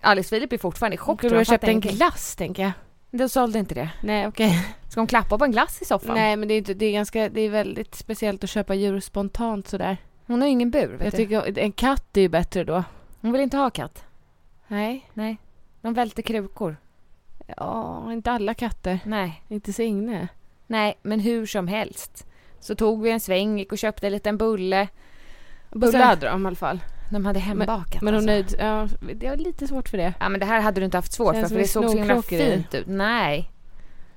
[SPEAKER 2] Alice Filip är fortfarande i chock.
[SPEAKER 3] Skulle
[SPEAKER 2] tror
[SPEAKER 3] du
[SPEAKER 2] jag.
[SPEAKER 3] ha
[SPEAKER 2] Han
[SPEAKER 3] köpt
[SPEAKER 2] fattar
[SPEAKER 3] en
[SPEAKER 2] ingenting.
[SPEAKER 3] glass tänker jag?
[SPEAKER 2] De sålde inte det.
[SPEAKER 3] Nej okej.
[SPEAKER 2] Ska hon klappa på en glass i soffan?
[SPEAKER 3] Nej men det är, inte, det är ganska... Det är väldigt speciellt att köpa djur spontant sådär.
[SPEAKER 2] Hon har ju ingen bur. Vet
[SPEAKER 3] Jag
[SPEAKER 2] du.
[SPEAKER 3] tycker en katt är ju bättre då.
[SPEAKER 2] Hon vill inte ha katt.
[SPEAKER 3] Nej.
[SPEAKER 2] Nej. De välter krukor.
[SPEAKER 3] Ja, inte alla katter.
[SPEAKER 2] Nej.
[SPEAKER 3] Inte Signe.
[SPEAKER 2] Nej, men hur som helst. Så tog vi en sväng, gick och köpte en liten bulle.
[SPEAKER 3] Bulle
[SPEAKER 2] sen-
[SPEAKER 3] hade de i alla fall.
[SPEAKER 2] De hade hembakat.
[SPEAKER 3] Men hon
[SPEAKER 2] alltså.
[SPEAKER 3] nöjd, ja, det var lite svårt för det.
[SPEAKER 2] Ja, men det här hade du inte haft svårt
[SPEAKER 3] Känns
[SPEAKER 2] för, för
[SPEAKER 3] som
[SPEAKER 2] det såg
[SPEAKER 3] en
[SPEAKER 2] så himla
[SPEAKER 3] snorkråkig grej.
[SPEAKER 2] fint ut. Nej.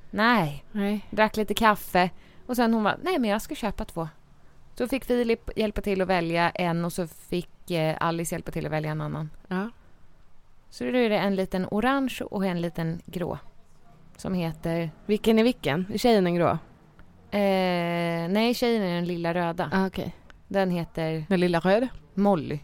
[SPEAKER 2] Nej.
[SPEAKER 3] Nej.
[SPEAKER 2] Drack lite kaffe. Och sen hon var, nej men jag ska köpa två. Så fick Filip hjälpa till att välja en och så fick eh, Alice hjälpa till att välja en annan.
[SPEAKER 3] Ja.
[SPEAKER 2] Så då är det en liten orange och en liten grå. Som heter...
[SPEAKER 3] Vilken är vilken? Är tjejen en grå?
[SPEAKER 2] Eh, nej, tjejen är den lilla röda.
[SPEAKER 3] Ah, okej.
[SPEAKER 2] Den heter
[SPEAKER 3] Den lilla röda?
[SPEAKER 2] Molly.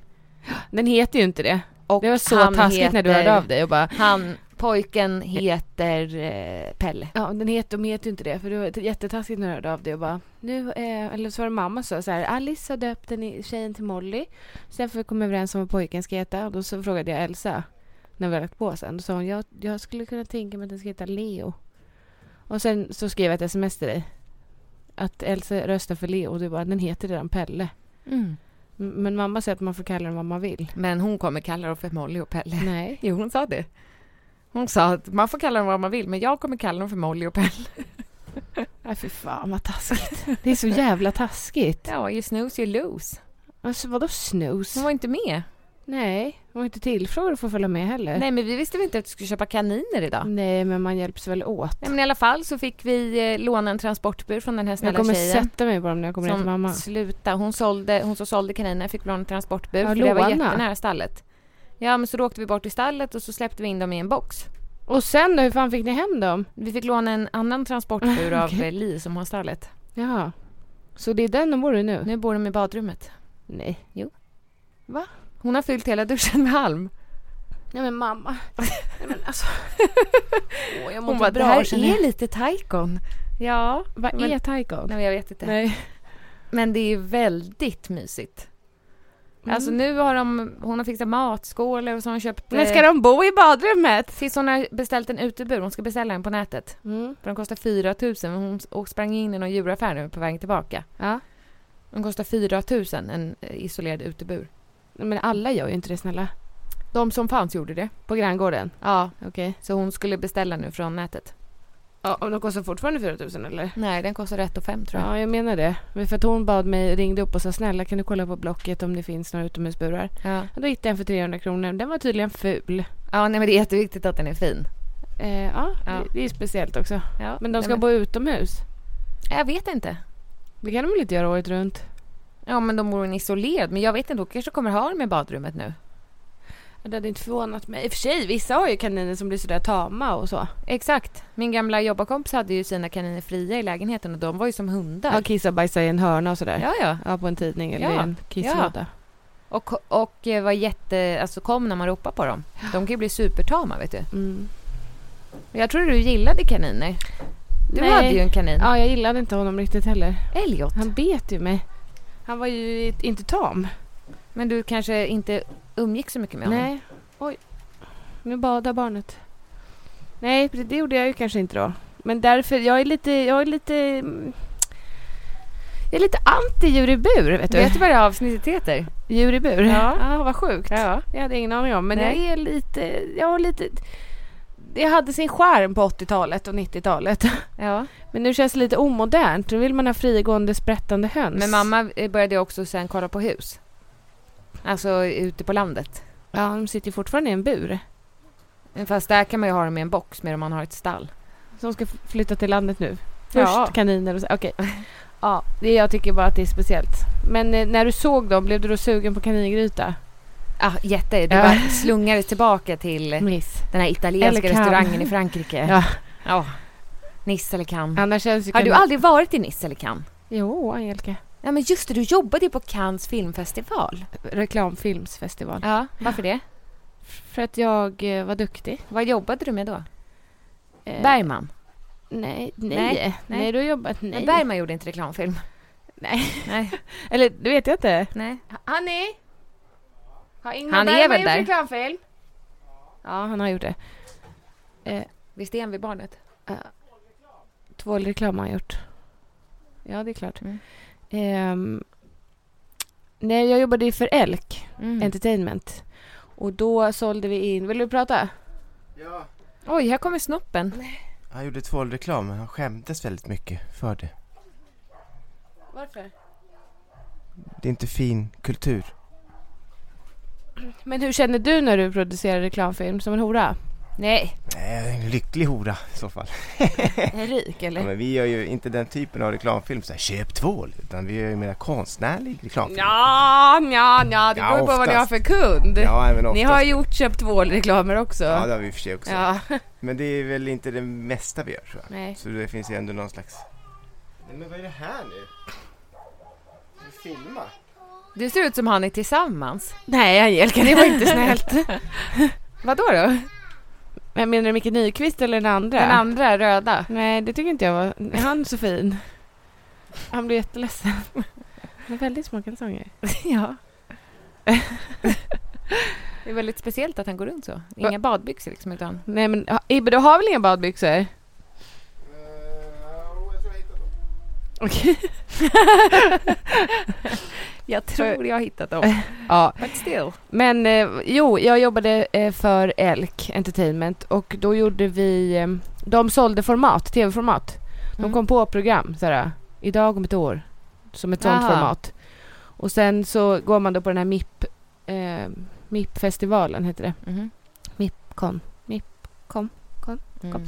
[SPEAKER 3] Den heter ju inte det.
[SPEAKER 2] Och
[SPEAKER 3] det var så
[SPEAKER 2] han
[SPEAKER 3] taskigt när du hörde
[SPEAKER 2] heter-
[SPEAKER 3] av dig och bara
[SPEAKER 2] Han, pojken heter eh, Pelle.
[SPEAKER 3] Ja, den heter, de heter ju inte det. För det var jättetaskigt när du hörde av dig och bara nu, eh, eller så var det mamma som sa så här, Alice har döpt den i, tjejen till Molly. Sen får vi komma överens om vad pojken ska heta. Och då så frågade jag Elsa när vi hade lagt på sen. Då sa hon, jag, jag skulle kunna tänka mig att den ska heta Leo. Och sen så skrev jag ett sms till dig. Att Elsa röstar för Leo och du bara, den heter redan Pelle. Mm. M- Men mamma säger att man får kalla den vad man vill.
[SPEAKER 2] Men hon kommer kalla dem för Molly och Pelle.
[SPEAKER 3] Nej.
[SPEAKER 2] Jo, hon sa det. Hon sa att man får kalla dem vad man vill, men jag kommer kalla dem för Molly och Pelle.
[SPEAKER 3] Nej, fy fan vad taskigt. Det är så jävla taskigt.
[SPEAKER 2] Ja, you snooze you lose.
[SPEAKER 3] Alltså vadå snus?
[SPEAKER 2] Hon var inte med.
[SPEAKER 3] Nej, hon var inte tillfrågad att få följa med heller.
[SPEAKER 2] Nej, men vi visste väl inte att du skulle köpa kaniner idag.
[SPEAKER 3] Nej, men man hjälps väl åt.
[SPEAKER 2] Nej, men i alla fall så fick vi eh, låna en transportbur från den här
[SPEAKER 3] Jag
[SPEAKER 2] snälla
[SPEAKER 3] kommer
[SPEAKER 2] tjejen.
[SPEAKER 3] sätta mig på dem när jag kommer hem till mamma.
[SPEAKER 2] Sluta. Hon, sålde, hon som sålde kaniner fick låna en transportbur
[SPEAKER 3] Ja,
[SPEAKER 2] för det var
[SPEAKER 3] låna.
[SPEAKER 2] jättenära stallet. Ja, men så då åkte vi bort till stallet och så släppte vi in dem i en box.
[SPEAKER 3] Och sen då, hur fan fick ni hem dem?
[SPEAKER 2] Vi fick låna en annan transportbur av
[SPEAKER 3] Okej.
[SPEAKER 2] eh, Li som har stallet.
[SPEAKER 3] Ja. Så det är den de bor i nu?
[SPEAKER 2] Nu bor de i badrummet.
[SPEAKER 3] Nej. Jo.
[SPEAKER 2] Hon har fyllt hela duschen med halm.
[SPEAKER 3] Nej men mamma. Nej men alltså. Åh, jag mår
[SPEAKER 2] Hon
[SPEAKER 3] inte
[SPEAKER 2] bara,
[SPEAKER 3] bra
[SPEAKER 2] det här
[SPEAKER 3] känner jag.
[SPEAKER 2] är lite taikon. Ja.
[SPEAKER 3] Vad
[SPEAKER 2] men-
[SPEAKER 3] är taikon?
[SPEAKER 2] Nej, men jag vet inte.
[SPEAKER 3] Nej.
[SPEAKER 2] Men det är väldigt mysigt.
[SPEAKER 3] Mm.
[SPEAKER 2] Alltså nu har de, hon har fixat matskålar och så har hon köpt...
[SPEAKER 3] Men ska
[SPEAKER 2] eh,
[SPEAKER 3] de bo i badrummet?
[SPEAKER 2] Tills hon har beställt en utebur, hon ska beställa en på nätet.
[SPEAKER 3] Mm.
[SPEAKER 2] För den kostar 4 000 men hon s- och sprang in i någon djuraffär nu på vägen tillbaka.
[SPEAKER 3] Ja.
[SPEAKER 2] Den kostar 4 000 en eh, isolerad utebur.
[SPEAKER 3] Nej, Men alla gör ju inte det snälla.
[SPEAKER 2] De som fanns gjorde det.
[SPEAKER 3] På granngården?
[SPEAKER 2] Ja,
[SPEAKER 3] Okej.
[SPEAKER 2] så hon skulle beställa nu från nätet.
[SPEAKER 3] Ja, och de kostar fortfarande 4000 eller?
[SPEAKER 2] Nej, den kostar 1 5 tror jag.
[SPEAKER 3] Ja, jag menar det. Men För att hon bad mig, ringde upp och sa snälla kan du kolla på Blocket om det finns några utomhusburar?
[SPEAKER 2] Ja.
[SPEAKER 3] Ja, Då hittade jag en för 300 kronor. Den var tydligen ful.
[SPEAKER 2] ja, nej men det är jätteviktigt att den är fin.
[SPEAKER 3] Eh, ja,
[SPEAKER 2] Ja.
[SPEAKER 3] Det, det är speciellt också.
[SPEAKER 2] Ja,
[SPEAKER 3] Men de ska
[SPEAKER 2] nej,
[SPEAKER 3] bo utomhus.
[SPEAKER 2] Jag vet inte.
[SPEAKER 3] Det kan de väl inte göra året runt?
[SPEAKER 2] Ja, men de bor i en isolerad. Men jag vet inte, hon kanske kommer ha dem i badrummet nu.
[SPEAKER 3] Ja, Det hade inte förvånat mig. I och för sig, vissa har ju kaniner som blir sådär tama och så.
[SPEAKER 2] Exakt. Min gamla jobbarkompis hade ju sina kaniner fria i lägenheten och de var ju som hundar.
[SPEAKER 3] Ja, kissa och bajsa i en hörna och sådär.
[SPEAKER 2] Ja, ja.
[SPEAKER 3] Ja, på en tidning eller
[SPEAKER 2] Ja,
[SPEAKER 3] i en kisslåda.
[SPEAKER 2] Och, och eh, var jätte... Alltså kom när man ropar på dem. De kan ju bli supertama, vet du.
[SPEAKER 3] Mm.
[SPEAKER 2] Jag tror du gillade kaniner. Du
[SPEAKER 3] Nej.
[SPEAKER 2] hade ju en kanin.
[SPEAKER 3] Ja, jag gillade inte honom riktigt heller.
[SPEAKER 2] Elliot.
[SPEAKER 3] Han bet ju mig. Han var ju inte tam.
[SPEAKER 2] Men du kanske inte umgick så mycket med honom?
[SPEAKER 3] Nej. Oj. Nu badar barnet. Nej, det gjorde jag ju kanske inte då. Men därför, jag är lite, jag är lite... mm, Jag är lite anti djur i bur, vet du.
[SPEAKER 2] Vet du vad det här avsnittet heter?
[SPEAKER 3] Djur i bur?
[SPEAKER 2] Ja.
[SPEAKER 3] ja vad sjukt. Ja. Jag hade ingen aning om. Men
[SPEAKER 2] Nej.
[SPEAKER 3] jag är lite, jag har lite... Det hade sin skärm på 80-talet och 90-talet.
[SPEAKER 2] Ja.
[SPEAKER 3] Men nu känns det lite omodernt. Nu vill man ha frigående sprättande höns.
[SPEAKER 2] Men mamma eh, började också sen kolla på hus. Alltså ute på landet.
[SPEAKER 3] Ja, de sitter ju fortfarande i en bur.
[SPEAKER 2] Mm, Fast där kan man ju ha dem i en box mer om man har ett stall.
[SPEAKER 3] Som ska f- flytta till landet nu. Först
[SPEAKER 2] Ja.
[SPEAKER 3] kaniner och så. Okej. Ja, det, jag tycker bara att det är speciellt. Men eh, när du såg dem, blev du då sugen på kaningryta?
[SPEAKER 2] Ah, jätte, det
[SPEAKER 3] Ja.
[SPEAKER 2] bara slungades tillbaka till
[SPEAKER 3] Miss.
[SPEAKER 2] den här italienska
[SPEAKER 3] Eller Cannes.
[SPEAKER 2] restaurangen i Frankrike.
[SPEAKER 3] Ja.
[SPEAKER 2] Mm. Ja. Nice eller Cannes.
[SPEAKER 3] Annars känns ju
[SPEAKER 2] Har du
[SPEAKER 3] kanin-
[SPEAKER 2] aldrig varit i Nice eller Cannes?
[SPEAKER 3] Jo, Angelica.
[SPEAKER 2] Ja men just det, du jobbade ju på Cannes filmfestival.
[SPEAKER 3] Reklamfilmsfestival.
[SPEAKER 2] Ja, varför det?
[SPEAKER 3] För att jag eh, var duktig.
[SPEAKER 2] Vad jobbade du med då?
[SPEAKER 3] Eh,
[SPEAKER 2] Bergman?
[SPEAKER 3] Nej, nej,
[SPEAKER 2] Nej,
[SPEAKER 3] nej.
[SPEAKER 2] nej.
[SPEAKER 3] du har jobbat...
[SPEAKER 2] Men
[SPEAKER 3] Nej.
[SPEAKER 2] Bergman gjorde inte reklamfilm.
[SPEAKER 3] nej.
[SPEAKER 2] Nej.
[SPEAKER 3] Eller, det vet jag inte.
[SPEAKER 2] Nej.
[SPEAKER 3] Annie! Har Ingmar
[SPEAKER 2] Han är
[SPEAKER 3] Bergman
[SPEAKER 2] väl
[SPEAKER 3] gjort
[SPEAKER 2] där?
[SPEAKER 3] reklamfilm? Ja, han har gjort det.
[SPEAKER 2] Visst är han vid barnet?
[SPEAKER 3] Tvålreklam har han gjort. Ja, det är klart.
[SPEAKER 2] Mm.
[SPEAKER 3] Ehm, nej, jag jobbade ju för Elk
[SPEAKER 2] Mm.
[SPEAKER 3] Entertainment. Och då sålde vi in... Vill du prata?
[SPEAKER 4] Ja.
[SPEAKER 2] Oj, här kommer snoppen.
[SPEAKER 4] Han gjorde tvålreklam, men han skämdes väldigt mycket för det.
[SPEAKER 3] Varför?
[SPEAKER 4] Det är inte fin kultur.
[SPEAKER 3] Men hur känner du när du producerar reklamfilm? Som en hora?
[SPEAKER 2] Nej,
[SPEAKER 4] Nej, en lycklig hora i så fall.
[SPEAKER 3] En rik,
[SPEAKER 4] Ja,
[SPEAKER 3] eller?
[SPEAKER 4] men vi gör ju inte den typen av reklamfilm, så här, köp tvål, utan vi gör ju mer konstnärlig reklamfilm.
[SPEAKER 3] Ja, ja, ja. Det
[SPEAKER 4] Ja,
[SPEAKER 3] beror på vad ni har
[SPEAKER 4] oftast.
[SPEAKER 3] för kund.
[SPEAKER 4] ja men
[SPEAKER 3] ni
[SPEAKER 4] oftast-
[SPEAKER 3] har gjort köpt tvålreklamer också.
[SPEAKER 4] Ja, det har vi i och för sig också.
[SPEAKER 3] Ja.
[SPEAKER 4] Men det är väl inte det mesta vi gör, tror jag.
[SPEAKER 3] Nej.
[SPEAKER 4] Så det finns ju ändå någon slags... Nej, men vad är det här nu? Vi filmar.
[SPEAKER 2] du ser ut som han är tillsammans.
[SPEAKER 3] Nej, Angelica, det var inte snällt.
[SPEAKER 2] Vadå då?
[SPEAKER 3] Men menar du Micke Nyqvist eller den andra?
[SPEAKER 2] Den andra röda.
[SPEAKER 3] Nej, det tycker inte jag var... Är han så fin? Han blev jätteledsen. Han har väldigt små kalsonger.
[SPEAKER 2] ja. det är väldigt speciellt att han går runt så. Inga badbyxor liksom utan...
[SPEAKER 3] Nej, men ha- Ibbe, du har väl inga badbyxor?
[SPEAKER 4] Eh,
[SPEAKER 3] Okej.
[SPEAKER 2] Jag tror jag har hittat dem.
[SPEAKER 3] Ja,
[SPEAKER 2] But still.
[SPEAKER 3] men eh, jo, jag jobbade eh, för Elk Entertainment och då gjorde vi... Eh, de sålde format, tv-format. De
[SPEAKER 2] Mm.
[SPEAKER 3] kom på program, såhär, idag om ett år, som ett sånt
[SPEAKER 2] Jaha.
[SPEAKER 3] format. Och sen så går man då på den här MIP, eh, MIP-festivalen, heter det.
[SPEAKER 2] Mhm.
[SPEAKER 3] Kon.
[SPEAKER 2] Mm.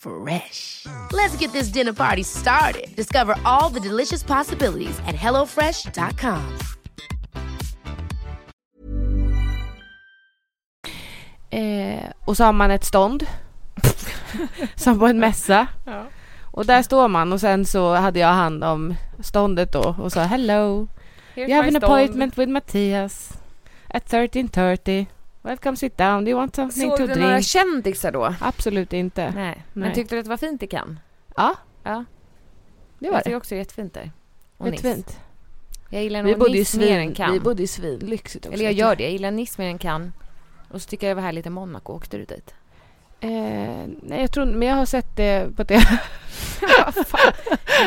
[SPEAKER 5] Fresh. Let's get this dinner party started. Discover all the delicious possibilities at hellofresh.com.
[SPEAKER 3] Eh, och så har man ett stånd. som på en mässa. Och där står man och sen så hade jag hand om ståndet då och sa hello. You have an appointment with Mattias at 13.30. Welcome sit down. Do you want something
[SPEAKER 2] Såg
[SPEAKER 3] to
[SPEAKER 2] du några
[SPEAKER 3] drink?
[SPEAKER 2] kändisar då?
[SPEAKER 3] Absolut inte.
[SPEAKER 2] Nej. Men
[SPEAKER 3] Nej.
[SPEAKER 2] tyckte du att det var fint i Cannes?
[SPEAKER 3] Ja,
[SPEAKER 2] Ja,
[SPEAKER 3] det var
[SPEAKER 2] Jag tycker
[SPEAKER 3] det.
[SPEAKER 2] också det är jättefint där. Och
[SPEAKER 3] Rätt
[SPEAKER 2] Nice.
[SPEAKER 3] fint.
[SPEAKER 2] Jag gillar
[SPEAKER 3] Vi
[SPEAKER 2] nog
[SPEAKER 3] bodde, i
[SPEAKER 2] Nice mer än
[SPEAKER 3] svin, vi
[SPEAKER 2] Cannes.
[SPEAKER 3] bodde i svinlyxigt också.
[SPEAKER 2] Eller jag gör det, jag gillar Nice mer än Cannes. Och så tycker jag det var härligt i Monaco. Åkte du dit?
[SPEAKER 3] Eh, nej, jag tror inte- men jag har sett det på tv.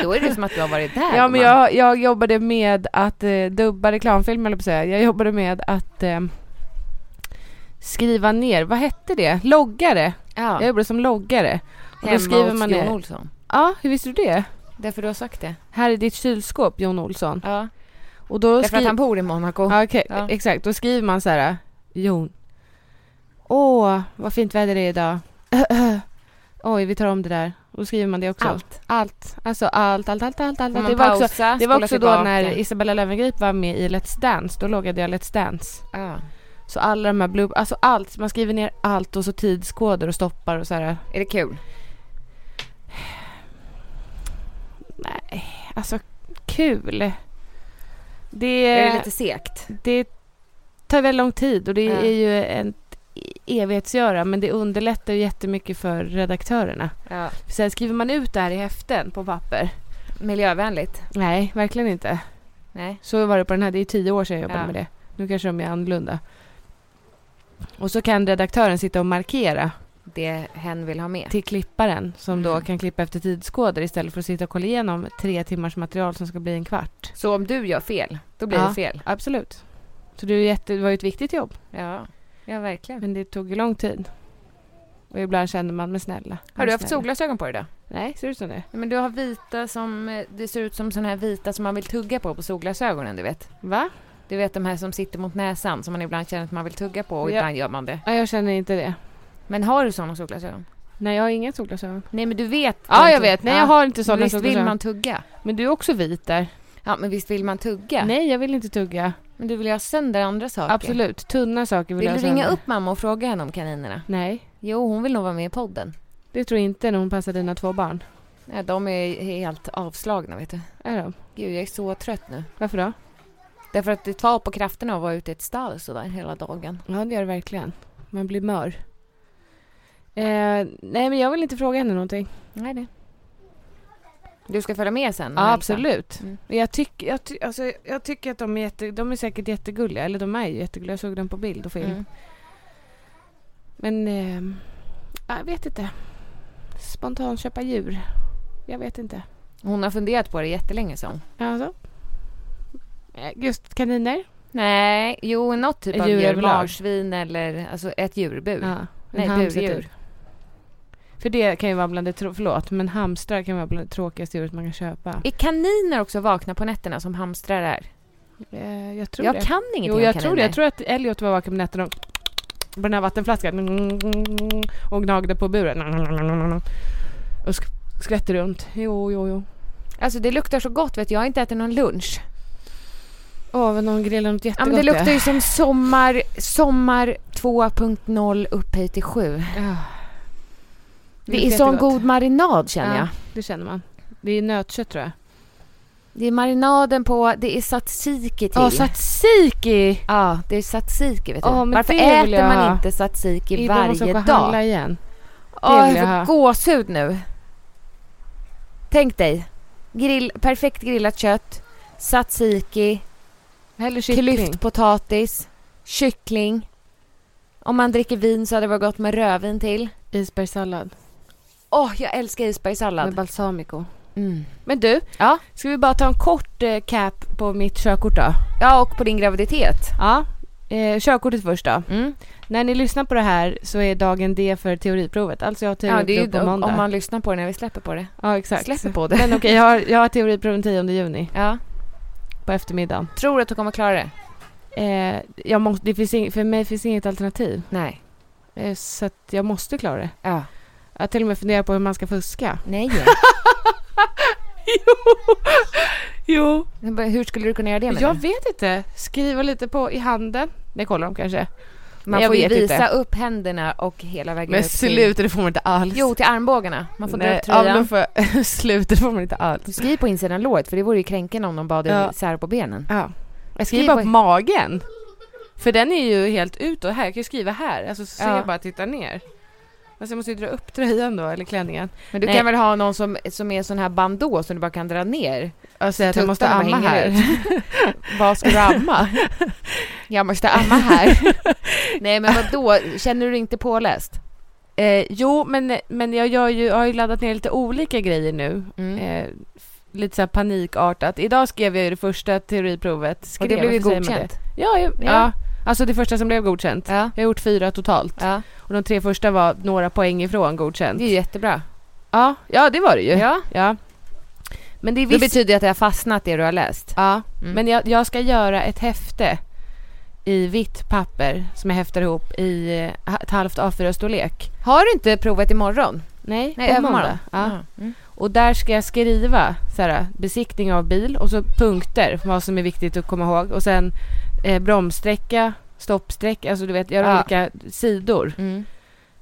[SPEAKER 2] Då är det som att du har varit där.
[SPEAKER 3] Ja, men
[SPEAKER 2] gumman.
[SPEAKER 3] jag, jag jobbade med att eh, dubba reklamfilm, eller på att säga. Jag jobbade med att eh, skriva ner, vad hette det? Loggare.
[SPEAKER 2] Ja.
[SPEAKER 3] Jag jobbade som loggare. Och då
[SPEAKER 2] Hemma
[SPEAKER 3] skriver
[SPEAKER 2] hos
[SPEAKER 3] man
[SPEAKER 2] Jon
[SPEAKER 3] ner.
[SPEAKER 2] Olsson.
[SPEAKER 3] Ja, hur visste du det?
[SPEAKER 2] Därför du har sagt det.
[SPEAKER 3] Här är ditt kylskåp, Jon Olsson.
[SPEAKER 2] Ja.
[SPEAKER 3] Och då
[SPEAKER 2] Därför att
[SPEAKER 3] skriver...
[SPEAKER 2] han bor i Monaco.
[SPEAKER 3] Ja, okej.
[SPEAKER 2] Ja.
[SPEAKER 3] Exakt, då skriver man så här, Jon. Åh, vad fint väder det är idag. Oj, vi tar om det där. Och Då skriver man det också.
[SPEAKER 2] Allt.
[SPEAKER 3] Allt. Alltså allt, allt, allt, allt. allt.
[SPEAKER 2] Får man
[SPEAKER 3] Det var också,
[SPEAKER 2] pausa,
[SPEAKER 3] det var
[SPEAKER 2] spola
[SPEAKER 3] också då
[SPEAKER 2] tillbaka?
[SPEAKER 3] när Isabella Löwengrip var med i Let's Dance. Då loggade jag Let's Dance.
[SPEAKER 2] Ja.
[SPEAKER 3] Så alla de här blue, alltså allt. Man skriver ner allt och så tidskoder och stoppar och så här.
[SPEAKER 2] Är det kul?
[SPEAKER 3] Nej, alltså kul. Det,
[SPEAKER 2] Är det lite segt?
[SPEAKER 3] det tar väldigt lång tid och det
[SPEAKER 2] Ja.
[SPEAKER 3] är ju ett evighetsgöra men det underlättar ju jättemycket för redaktörerna.
[SPEAKER 2] Ja.
[SPEAKER 3] För sen skriver man ut det här i häften på papper.
[SPEAKER 2] Miljövänligt?
[SPEAKER 3] Nej, verkligen inte.
[SPEAKER 2] Nej.
[SPEAKER 3] Så var det på den här. Det är tio år sedan jag jobbade
[SPEAKER 2] Ja.
[SPEAKER 3] med det. Nu kanske de är annorlunda. Och så kan redaktören sitta och markera
[SPEAKER 2] Det hen vill ha med?
[SPEAKER 3] till klipparen som då
[SPEAKER 2] Mm.
[SPEAKER 3] kan klippa efter tidskoder istället för att sitta och kolla igenom tre timmars material som ska bli en kvart.
[SPEAKER 2] Så om du gör fel, då blir
[SPEAKER 3] Ja.
[SPEAKER 2] det fel?
[SPEAKER 3] Absolut. Så det, är jätte, det var ju ett viktigt jobb.
[SPEAKER 2] Ja. Ja, verkligen.
[SPEAKER 3] Men det tog ju lång tid. Och ibland kände man, men snälla.
[SPEAKER 2] Har du
[SPEAKER 3] men
[SPEAKER 2] haft
[SPEAKER 3] snälla."
[SPEAKER 2] solglasögon på dig idag?
[SPEAKER 3] Nej, ser det ut som det?
[SPEAKER 2] Nej, Men du har vita som, eh, det ser ut som såna här vita som man vill tugga på på solglasögonen du vet.
[SPEAKER 3] Va?
[SPEAKER 2] Du vet de här som sitter mot näsan som man ibland känner att man vill tugga på och
[SPEAKER 3] Ja.
[SPEAKER 2] ibland gör man det.
[SPEAKER 3] Ja, jag känner inte det.
[SPEAKER 2] Men har du såna solglasögon?
[SPEAKER 3] Nej, jag har inga solglasögon.
[SPEAKER 2] Nej men du vet.
[SPEAKER 3] Ja,
[SPEAKER 2] den
[SPEAKER 3] jag
[SPEAKER 2] tu-
[SPEAKER 3] vet. Nej,
[SPEAKER 2] Ja.
[SPEAKER 3] jag har inte sådana
[SPEAKER 2] men visst vill
[SPEAKER 3] solglasögon.
[SPEAKER 2] man tugga?
[SPEAKER 3] Men du är också vit där.
[SPEAKER 2] Ja men visst vill man tugga?
[SPEAKER 3] Nej, jag vill inte tugga.
[SPEAKER 2] Men du vill ju ha sönder andra saker.
[SPEAKER 3] Absolut. Tunna saker vill,
[SPEAKER 2] Vill
[SPEAKER 3] jag
[SPEAKER 2] du
[SPEAKER 3] ha
[SPEAKER 2] ringa
[SPEAKER 3] sönder.
[SPEAKER 2] upp mamma och fråga henne om kaninerna?
[SPEAKER 3] Nej,
[SPEAKER 2] Jo, hon vill nog vara med i podden.
[SPEAKER 3] det tror jag inte när hon passar dina två barn.
[SPEAKER 2] Nej, de är helt avslagna vet du.
[SPEAKER 3] Är de?
[SPEAKER 2] Gud, jag är så trött nu.
[SPEAKER 3] Varför då?
[SPEAKER 2] Därför att det tar på krafterna att vara ute i ett stall sådär hela dagen.
[SPEAKER 3] Ja, det gör det verkligen. Man blir mör. Eh, nej, men jag vill inte fråga henne någonting.
[SPEAKER 2] Nej det. Du ska följa med sen? och
[SPEAKER 3] Ja,
[SPEAKER 2] hälsa.
[SPEAKER 3] absolut.
[SPEAKER 2] Mm.
[SPEAKER 3] Men Jag, tyck, jag, ty, alltså, jag tycker att de är, jätte, de är säkert jättegulliga. Eller de är ju jättegulliga. Jag såg dem på bild och film.
[SPEAKER 2] Mm.
[SPEAKER 3] Men ehm, ja, jag vet inte. Spontant köpa djur. Jag vet inte.
[SPEAKER 2] Hon har funderat på det jättelänge så.
[SPEAKER 3] Alltså. Eh, Just kaniner.
[SPEAKER 2] Nej, jo något typ av
[SPEAKER 3] Djur
[SPEAKER 2] djur.
[SPEAKER 3] överlag.
[SPEAKER 2] Marsvin eller alltså ett djurbur.
[SPEAKER 3] Ja, en
[SPEAKER 2] Nej,
[SPEAKER 3] hamster
[SPEAKER 2] burdjur.
[SPEAKER 3] typ. För det kan ju vara bland det, trå- förlåt, men hamstrar kan vara bland det tråkigaste djuret man kan köpa.
[SPEAKER 2] Är kaniner också vakna på nätterna som hamstrar är?
[SPEAKER 3] Eh, jag tror
[SPEAKER 2] jag
[SPEAKER 3] det.
[SPEAKER 2] kan ingenting
[SPEAKER 3] Jo,
[SPEAKER 2] om
[SPEAKER 3] jag
[SPEAKER 2] kaniner.
[SPEAKER 3] tror det. Jag tror att Elliot var vaken på nätterna och på den här vattenflaskan och gnagde på buren. Och sk- skvätte runt. Jo, jo, jo.
[SPEAKER 2] Alltså det luktar så gott vet jag. Jag har inte ätit någon lunch.
[SPEAKER 3] Åh, vad någon grillade något
[SPEAKER 2] Ja,
[SPEAKER 3] jättegott.
[SPEAKER 2] men det luktar ju som sommar, sommar 2.0 upphöjt till 7.
[SPEAKER 3] Ja.
[SPEAKER 2] Det, är
[SPEAKER 3] Ah. luktar
[SPEAKER 2] sån
[SPEAKER 3] jättegott.
[SPEAKER 2] god marinad känner
[SPEAKER 3] Ja,
[SPEAKER 2] jag.
[SPEAKER 3] Det känner man. Det är nötkött tror jag.
[SPEAKER 2] Det är marinaden på, det är tzatziki till.
[SPEAKER 3] Åh, tzatziki!
[SPEAKER 2] Ja, det är tzatziki vet du.
[SPEAKER 3] Ja, men
[SPEAKER 2] Varför
[SPEAKER 3] det
[SPEAKER 2] äter
[SPEAKER 3] vill jag
[SPEAKER 2] man
[SPEAKER 3] ha.
[SPEAKER 2] inte tzatziki
[SPEAKER 3] Ibland måste
[SPEAKER 2] varje
[SPEAKER 3] jag gå och
[SPEAKER 2] dag?
[SPEAKER 3] handla igen.
[SPEAKER 2] Åh,
[SPEAKER 3] vill jag
[SPEAKER 2] jag
[SPEAKER 3] ha.
[SPEAKER 2] får gåshud nu. Tänk dig. Grill, perfekt grillat kött, tzatziki,
[SPEAKER 3] Hellre kyckling.
[SPEAKER 2] klyftpotatis, kyckling. Om man dricker vin så hade det varit gott med rödvin till.
[SPEAKER 3] Isbergssallad
[SPEAKER 2] Åh, jag älskar isbergssallad.
[SPEAKER 3] med balsamico.
[SPEAKER 2] Mm.
[SPEAKER 3] Men du,
[SPEAKER 2] Ja.
[SPEAKER 3] ska vi bara ta en kort eh, cap på mitt körkort då?
[SPEAKER 2] ja, och på din graviditet.
[SPEAKER 3] Ja. Eh, körkortet först då.
[SPEAKER 2] Mm.
[SPEAKER 3] När ni lyssnar på det här så är dagen D för teoriprovet. Alltså jag har
[SPEAKER 2] Ja, det är
[SPEAKER 3] teoriprov
[SPEAKER 2] ju
[SPEAKER 3] på måndag.
[SPEAKER 2] om man lyssnar på det när vi släpper på det.
[SPEAKER 3] Ja, exakt.
[SPEAKER 2] Släpper på det.
[SPEAKER 3] Men okej, jag, har, jag har teoriprov den 10 juni
[SPEAKER 2] Ja.
[SPEAKER 3] på eftermiddagen.
[SPEAKER 2] Tror du att du kommer klara det?
[SPEAKER 3] Eh, jag måste, det finns ing, för mig finns inget alternativ.
[SPEAKER 2] Nej.
[SPEAKER 3] Eh, så att jag måste klara det.
[SPEAKER 2] Ja.
[SPEAKER 3] Jag har till och med funderat på hur man ska fuska.
[SPEAKER 2] Nej.
[SPEAKER 3] Jo! jo.
[SPEAKER 2] Men bara, Hur skulle du kunna göra det menar
[SPEAKER 3] Jag
[SPEAKER 2] du?
[SPEAKER 3] vet inte. Skriva lite på i handen. Det kollar de kanske.
[SPEAKER 2] Man
[SPEAKER 3] jag
[SPEAKER 2] får ju
[SPEAKER 3] vet
[SPEAKER 2] visa
[SPEAKER 3] inte.
[SPEAKER 2] upp händerna och hela vägen
[SPEAKER 3] Men
[SPEAKER 2] upp till-
[SPEAKER 3] sluta, det får man inte alls.
[SPEAKER 2] Jo, till armbågarna. Man får dra
[SPEAKER 3] Nej,
[SPEAKER 2] upp
[SPEAKER 3] ja, men
[SPEAKER 2] tröjan.
[SPEAKER 3] då får jag, sluta, det får man inte alls.
[SPEAKER 2] Skriv på insidan låret för det vore ju kränkande om de bad dig
[SPEAKER 3] Ja.
[SPEAKER 2] sär på benen.
[SPEAKER 3] Ja. Jag
[SPEAKER 2] Skriv
[SPEAKER 3] skriver bara
[SPEAKER 2] på-
[SPEAKER 3] på magen. För den är ju helt ut och här. Jag kan ju skriva här. Alltså, så ser
[SPEAKER 2] Ja.
[SPEAKER 3] jag bara titta ner. Alltså, jag måste ju dra upp tröjan då, eller klänningen.
[SPEAKER 2] Men du
[SPEAKER 3] Nej.
[SPEAKER 2] kan väl ha någon som, som är sån här bandå som du bara kan dra ner?
[SPEAKER 3] Och säga att
[SPEAKER 2] Tuttarna
[SPEAKER 3] jag måste amma
[SPEAKER 2] hänger
[SPEAKER 3] här.
[SPEAKER 2] Vad ska du amma? jag måste amma här. Nej men vad då? känner du dig inte påläst?
[SPEAKER 3] Eh, jo, men, men jag, gör ju, jag har ju laddat ner lite olika grejer nu.
[SPEAKER 2] Mm.
[SPEAKER 3] Eh, f- lite så här panikartat. Idag skrev jag ju det första teoriprovet. Skrev,
[SPEAKER 2] och det blev ju
[SPEAKER 3] vad säger man det?
[SPEAKER 2] godkänt.
[SPEAKER 3] Ja, ja,
[SPEAKER 2] Ja.
[SPEAKER 3] ja. alltså det första som blev godkänt.
[SPEAKER 2] Ja.
[SPEAKER 3] Jag har gjort fyra totalt.
[SPEAKER 2] ja,
[SPEAKER 3] Och de tre första var några poäng ifrån godkänt.
[SPEAKER 2] det är ju jättebra.
[SPEAKER 3] Ja, ja det var det ju.
[SPEAKER 2] Ja.
[SPEAKER 3] Ja. Men det är
[SPEAKER 2] Det
[SPEAKER 3] visst...
[SPEAKER 2] betyder ju att det har fastnat det du har läst.
[SPEAKER 3] Ja,
[SPEAKER 2] Mm.
[SPEAKER 3] men jag, jag ska göra ett häfte i vitt papper som jag häftar ihop i eh, ha- ett halvt A4-storlek.
[SPEAKER 2] Har du inte provat imorgon?
[SPEAKER 3] Nej,
[SPEAKER 2] Nej,
[SPEAKER 3] på
[SPEAKER 2] övermorgon.
[SPEAKER 3] måndag. Ja.
[SPEAKER 2] Mm.
[SPEAKER 3] Och där ska jag skriva så här, besiktning av bil och så punkter, vad som är viktigt att komma ihåg. Och sen eh, bromssträcka, stoppsträcka, alltså du vet, göra
[SPEAKER 2] Ja.
[SPEAKER 3] olika sidor.
[SPEAKER 2] Mm.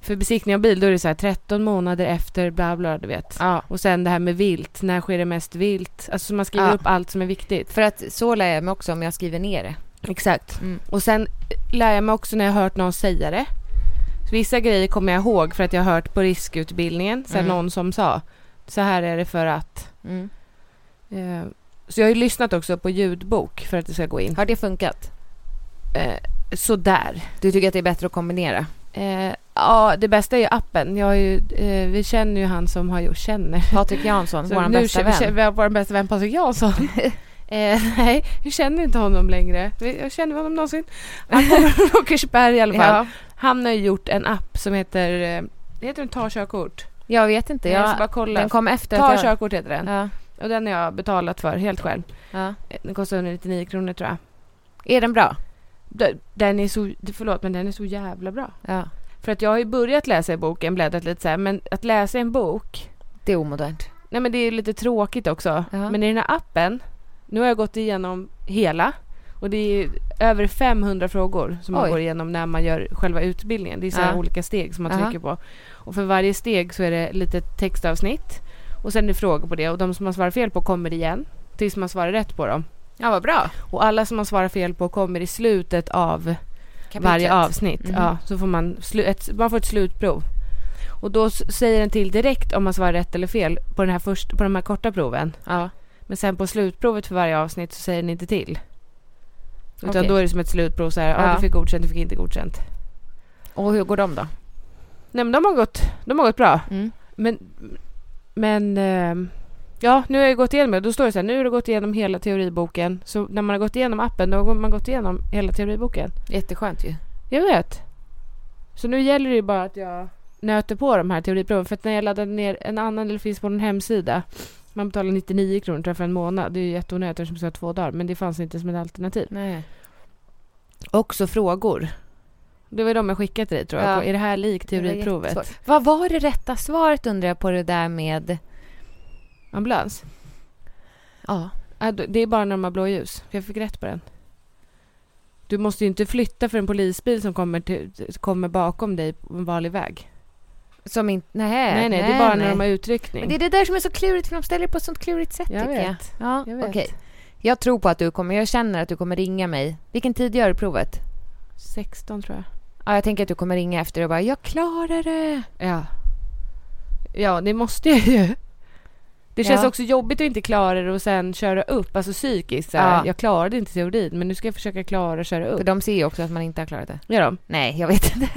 [SPEAKER 3] För besiktning av bil, då är det så här 13 månader efter bla bla, du vet.
[SPEAKER 2] Ja.
[SPEAKER 3] Och sen det här med vilt, när sker det mest vilt? Alltså så man skriver
[SPEAKER 2] Ja.
[SPEAKER 3] upp allt som är viktigt.
[SPEAKER 2] För att så lär jag mig också om jag skriver ner det.
[SPEAKER 3] Exakt.
[SPEAKER 2] Mm.
[SPEAKER 3] Och sen lär jag mig också när jag har hört någon säga det. Så vissa grejer kommer jag ihåg för att jag har hört på riskutbildningen, så här
[SPEAKER 2] Mm.
[SPEAKER 3] någon som sa så här är det för att.
[SPEAKER 2] Mm.
[SPEAKER 3] Eh, Så jag har ju lyssnat också på ljudbok för att det ska gå in. Eh,
[SPEAKER 2] Har det funkat?
[SPEAKER 3] Sådär.
[SPEAKER 2] Du tycker att det är bättre att kombinera?
[SPEAKER 3] Eh, Ja, det bästa är ju appen. Jag har ju, eh, vi känner ju han som har gjort känner.
[SPEAKER 2] Patrik Jansson,
[SPEAKER 3] Så
[SPEAKER 2] vår
[SPEAKER 3] nu
[SPEAKER 2] bästa
[SPEAKER 3] känner-
[SPEAKER 2] vän.
[SPEAKER 3] känner vi vår bästa vän Patrik Jansson. eh, nej, vi känner inte honom längre. Vi- Jag känner honom någonsin. Han kommer från Åkersberg i alla fall.
[SPEAKER 2] Ja.
[SPEAKER 3] Han har ju gjort en app som heter, eh, heter den Ta körkort?
[SPEAKER 2] Jag vet inte.
[SPEAKER 3] Jag ska
[SPEAKER 2] Jag,
[SPEAKER 3] bara kolla.
[SPEAKER 2] den kom efter
[SPEAKER 3] Ta
[SPEAKER 2] att jag...
[SPEAKER 3] körkort heter den.
[SPEAKER 2] Ja,
[SPEAKER 3] Och den har jag betalat för helt själv.
[SPEAKER 2] ja.
[SPEAKER 3] Eh, Den kostar 199 kronor tror jag.
[SPEAKER 2] Är den bra?
[SPEAKER 3] D- Den är så, förlåt men den är så jävla bra.
[SPEAKER 2] Ja.
[SPEAKER 3] För att jag har ju börjat läsa i boken, bläddrat lite så här, men att läsa en bok,
[SPEAKER 2] Det är omodernt.
[SPEAKER 3] nej men det är ju lite tråkigt också.
[SPEAKER 2] Ja.
[SPEAKER 3] Men i den här appen, nu har jag gått igenom hela och det är ju över 500 frågor som
[SPEAKER 2] Oj.
[SPEAKER 3] man går igenom när man gör själva utbildningen. Det är så här
[SPEAKER 2] Ja.
[SPEAKER 3] olika steg som man
[SPEAKER 2] Aha.
[SPEAKER 3] trycker på. Och för varje steg så är det lite textavsnitt och sen är det frågor på det och de som man svarar fel på kommer igen tills man svarar rätt på dem.
[SPEAKER 2] Ja, vad bra.
[SPEAKER 3] Och alla som man svarar fel på kommer i slutet av varje avsnitt.
[SPEAKER 2] Mhm.
[SPEAKER 3] Ja, så får man, slu- ett, man får ett slutprov. Och då s- säger den till direkt om man svarar rätt eller fel på, den här först, på de här korta proven.
[SPEAKER 2] Ja.
[SPEAKER 3] Men sen på slutprovet för varje avsnitt så säger den inte till. Utan
[SPEAKER 2] Okej.
[SPEAKER 3] då är det som ett slutprov så här, ja.
[SPEAKER 2] Ja.
[SPEAKER 3] du fick godkänt, du fick inte godkänt.
[SPEAKER 2] Och hur går de då?
[SPEAKER 3] Nej men de har gått, de har gått bra.
[SPEAKER 2] Mm.
[SPEAKER 3] Men, men ehm, ja nu har jag gått igenom det. Då står det så här, nu har du gått igenom hela teoriboken. Så när man har gått igenom appen då har man gått igenom hela teoriboken.
[SPEAKER 2] Jätteskönt ju.
[SPEAKER 3] Jag vet. Så nu gäller det ju bara att jag nöter på de här teoriproven. För att när jag laddade ner en annan, eller finns på en hemsida. Man betalar 99 kronor tror jag för en månad. Det är ju jätteonödigt eftersom det ska vara två dagar. Men det fanns inte som ett alternativ.
[SPEAKER 2] Nej.
[SPEAKER 3] Också frågor. Det var de jag skickade till dig tror jag.
[SPEAKER 2] Ja.
[SPEAKER 3] På, Är det här likt teoriprovet?
[SPEAKER 2] Vad var det rätta svaret undrar jag på det där med...
[SPEAKER 3] Ambulans?
[SPEAKER 2] Ja.
[SPEAKER 3] Äh, då- Det är bara när de har blåljus. Jag fick rätt på den. Du måste ju inte flytta för en polisbil som kommer, till, kommer bakom dig på en vanlig väg.
[SPEAKER 2] Som inte... Nej,
[SPEAKER 3] nej, nej, det är bara när
[SPEAKER 2] nej.
[SPEAKER 3] de har utryckning.
[SPEAKER 2] Men det är det där som är så klurigt för de ställer det på ett sånt klurigt sätt
[SPEAKER 3] Jag
[SPEAKER 2] tycker
[SPEAKER 3] vet.
[SPEAKER 2] jag. Ja,
[SPEAKER 3] Jag
[SPEAKER 2] okej.
[SPEAKER 3] vet.
[SPEAKER 2] Jag tror på att du kommer, jag känner att du kommer ringa mig. Vilken tid gör du provet?
[SPEAKER 3] 16 tror jag.
[SPEAKER 2] Ja, jag tänker att du kommer ringa efter och bara “jag klarar det”.
[SPEAKER 3] Ja. Ja, det måste jag ju. Det känns
[SPEAKER 2] Ja.
[SPEAKER 3] också jobbigt att inte klara det och sen köra upp, alltså psykiskt. Så här,
[SPEAKER 2] Ja.
[SPEAKER 3] Jag klarade inte teorin, men nu ska jag försöka klara och köra
[SPEAKER 2] För
[SPEAKER 3] upp.
[SPEAKER 2] de ser ju också att man inte har klarat det.
[SPEAKER 3] Gör de?
[SPEAKER 2] Nej, jag vet inte.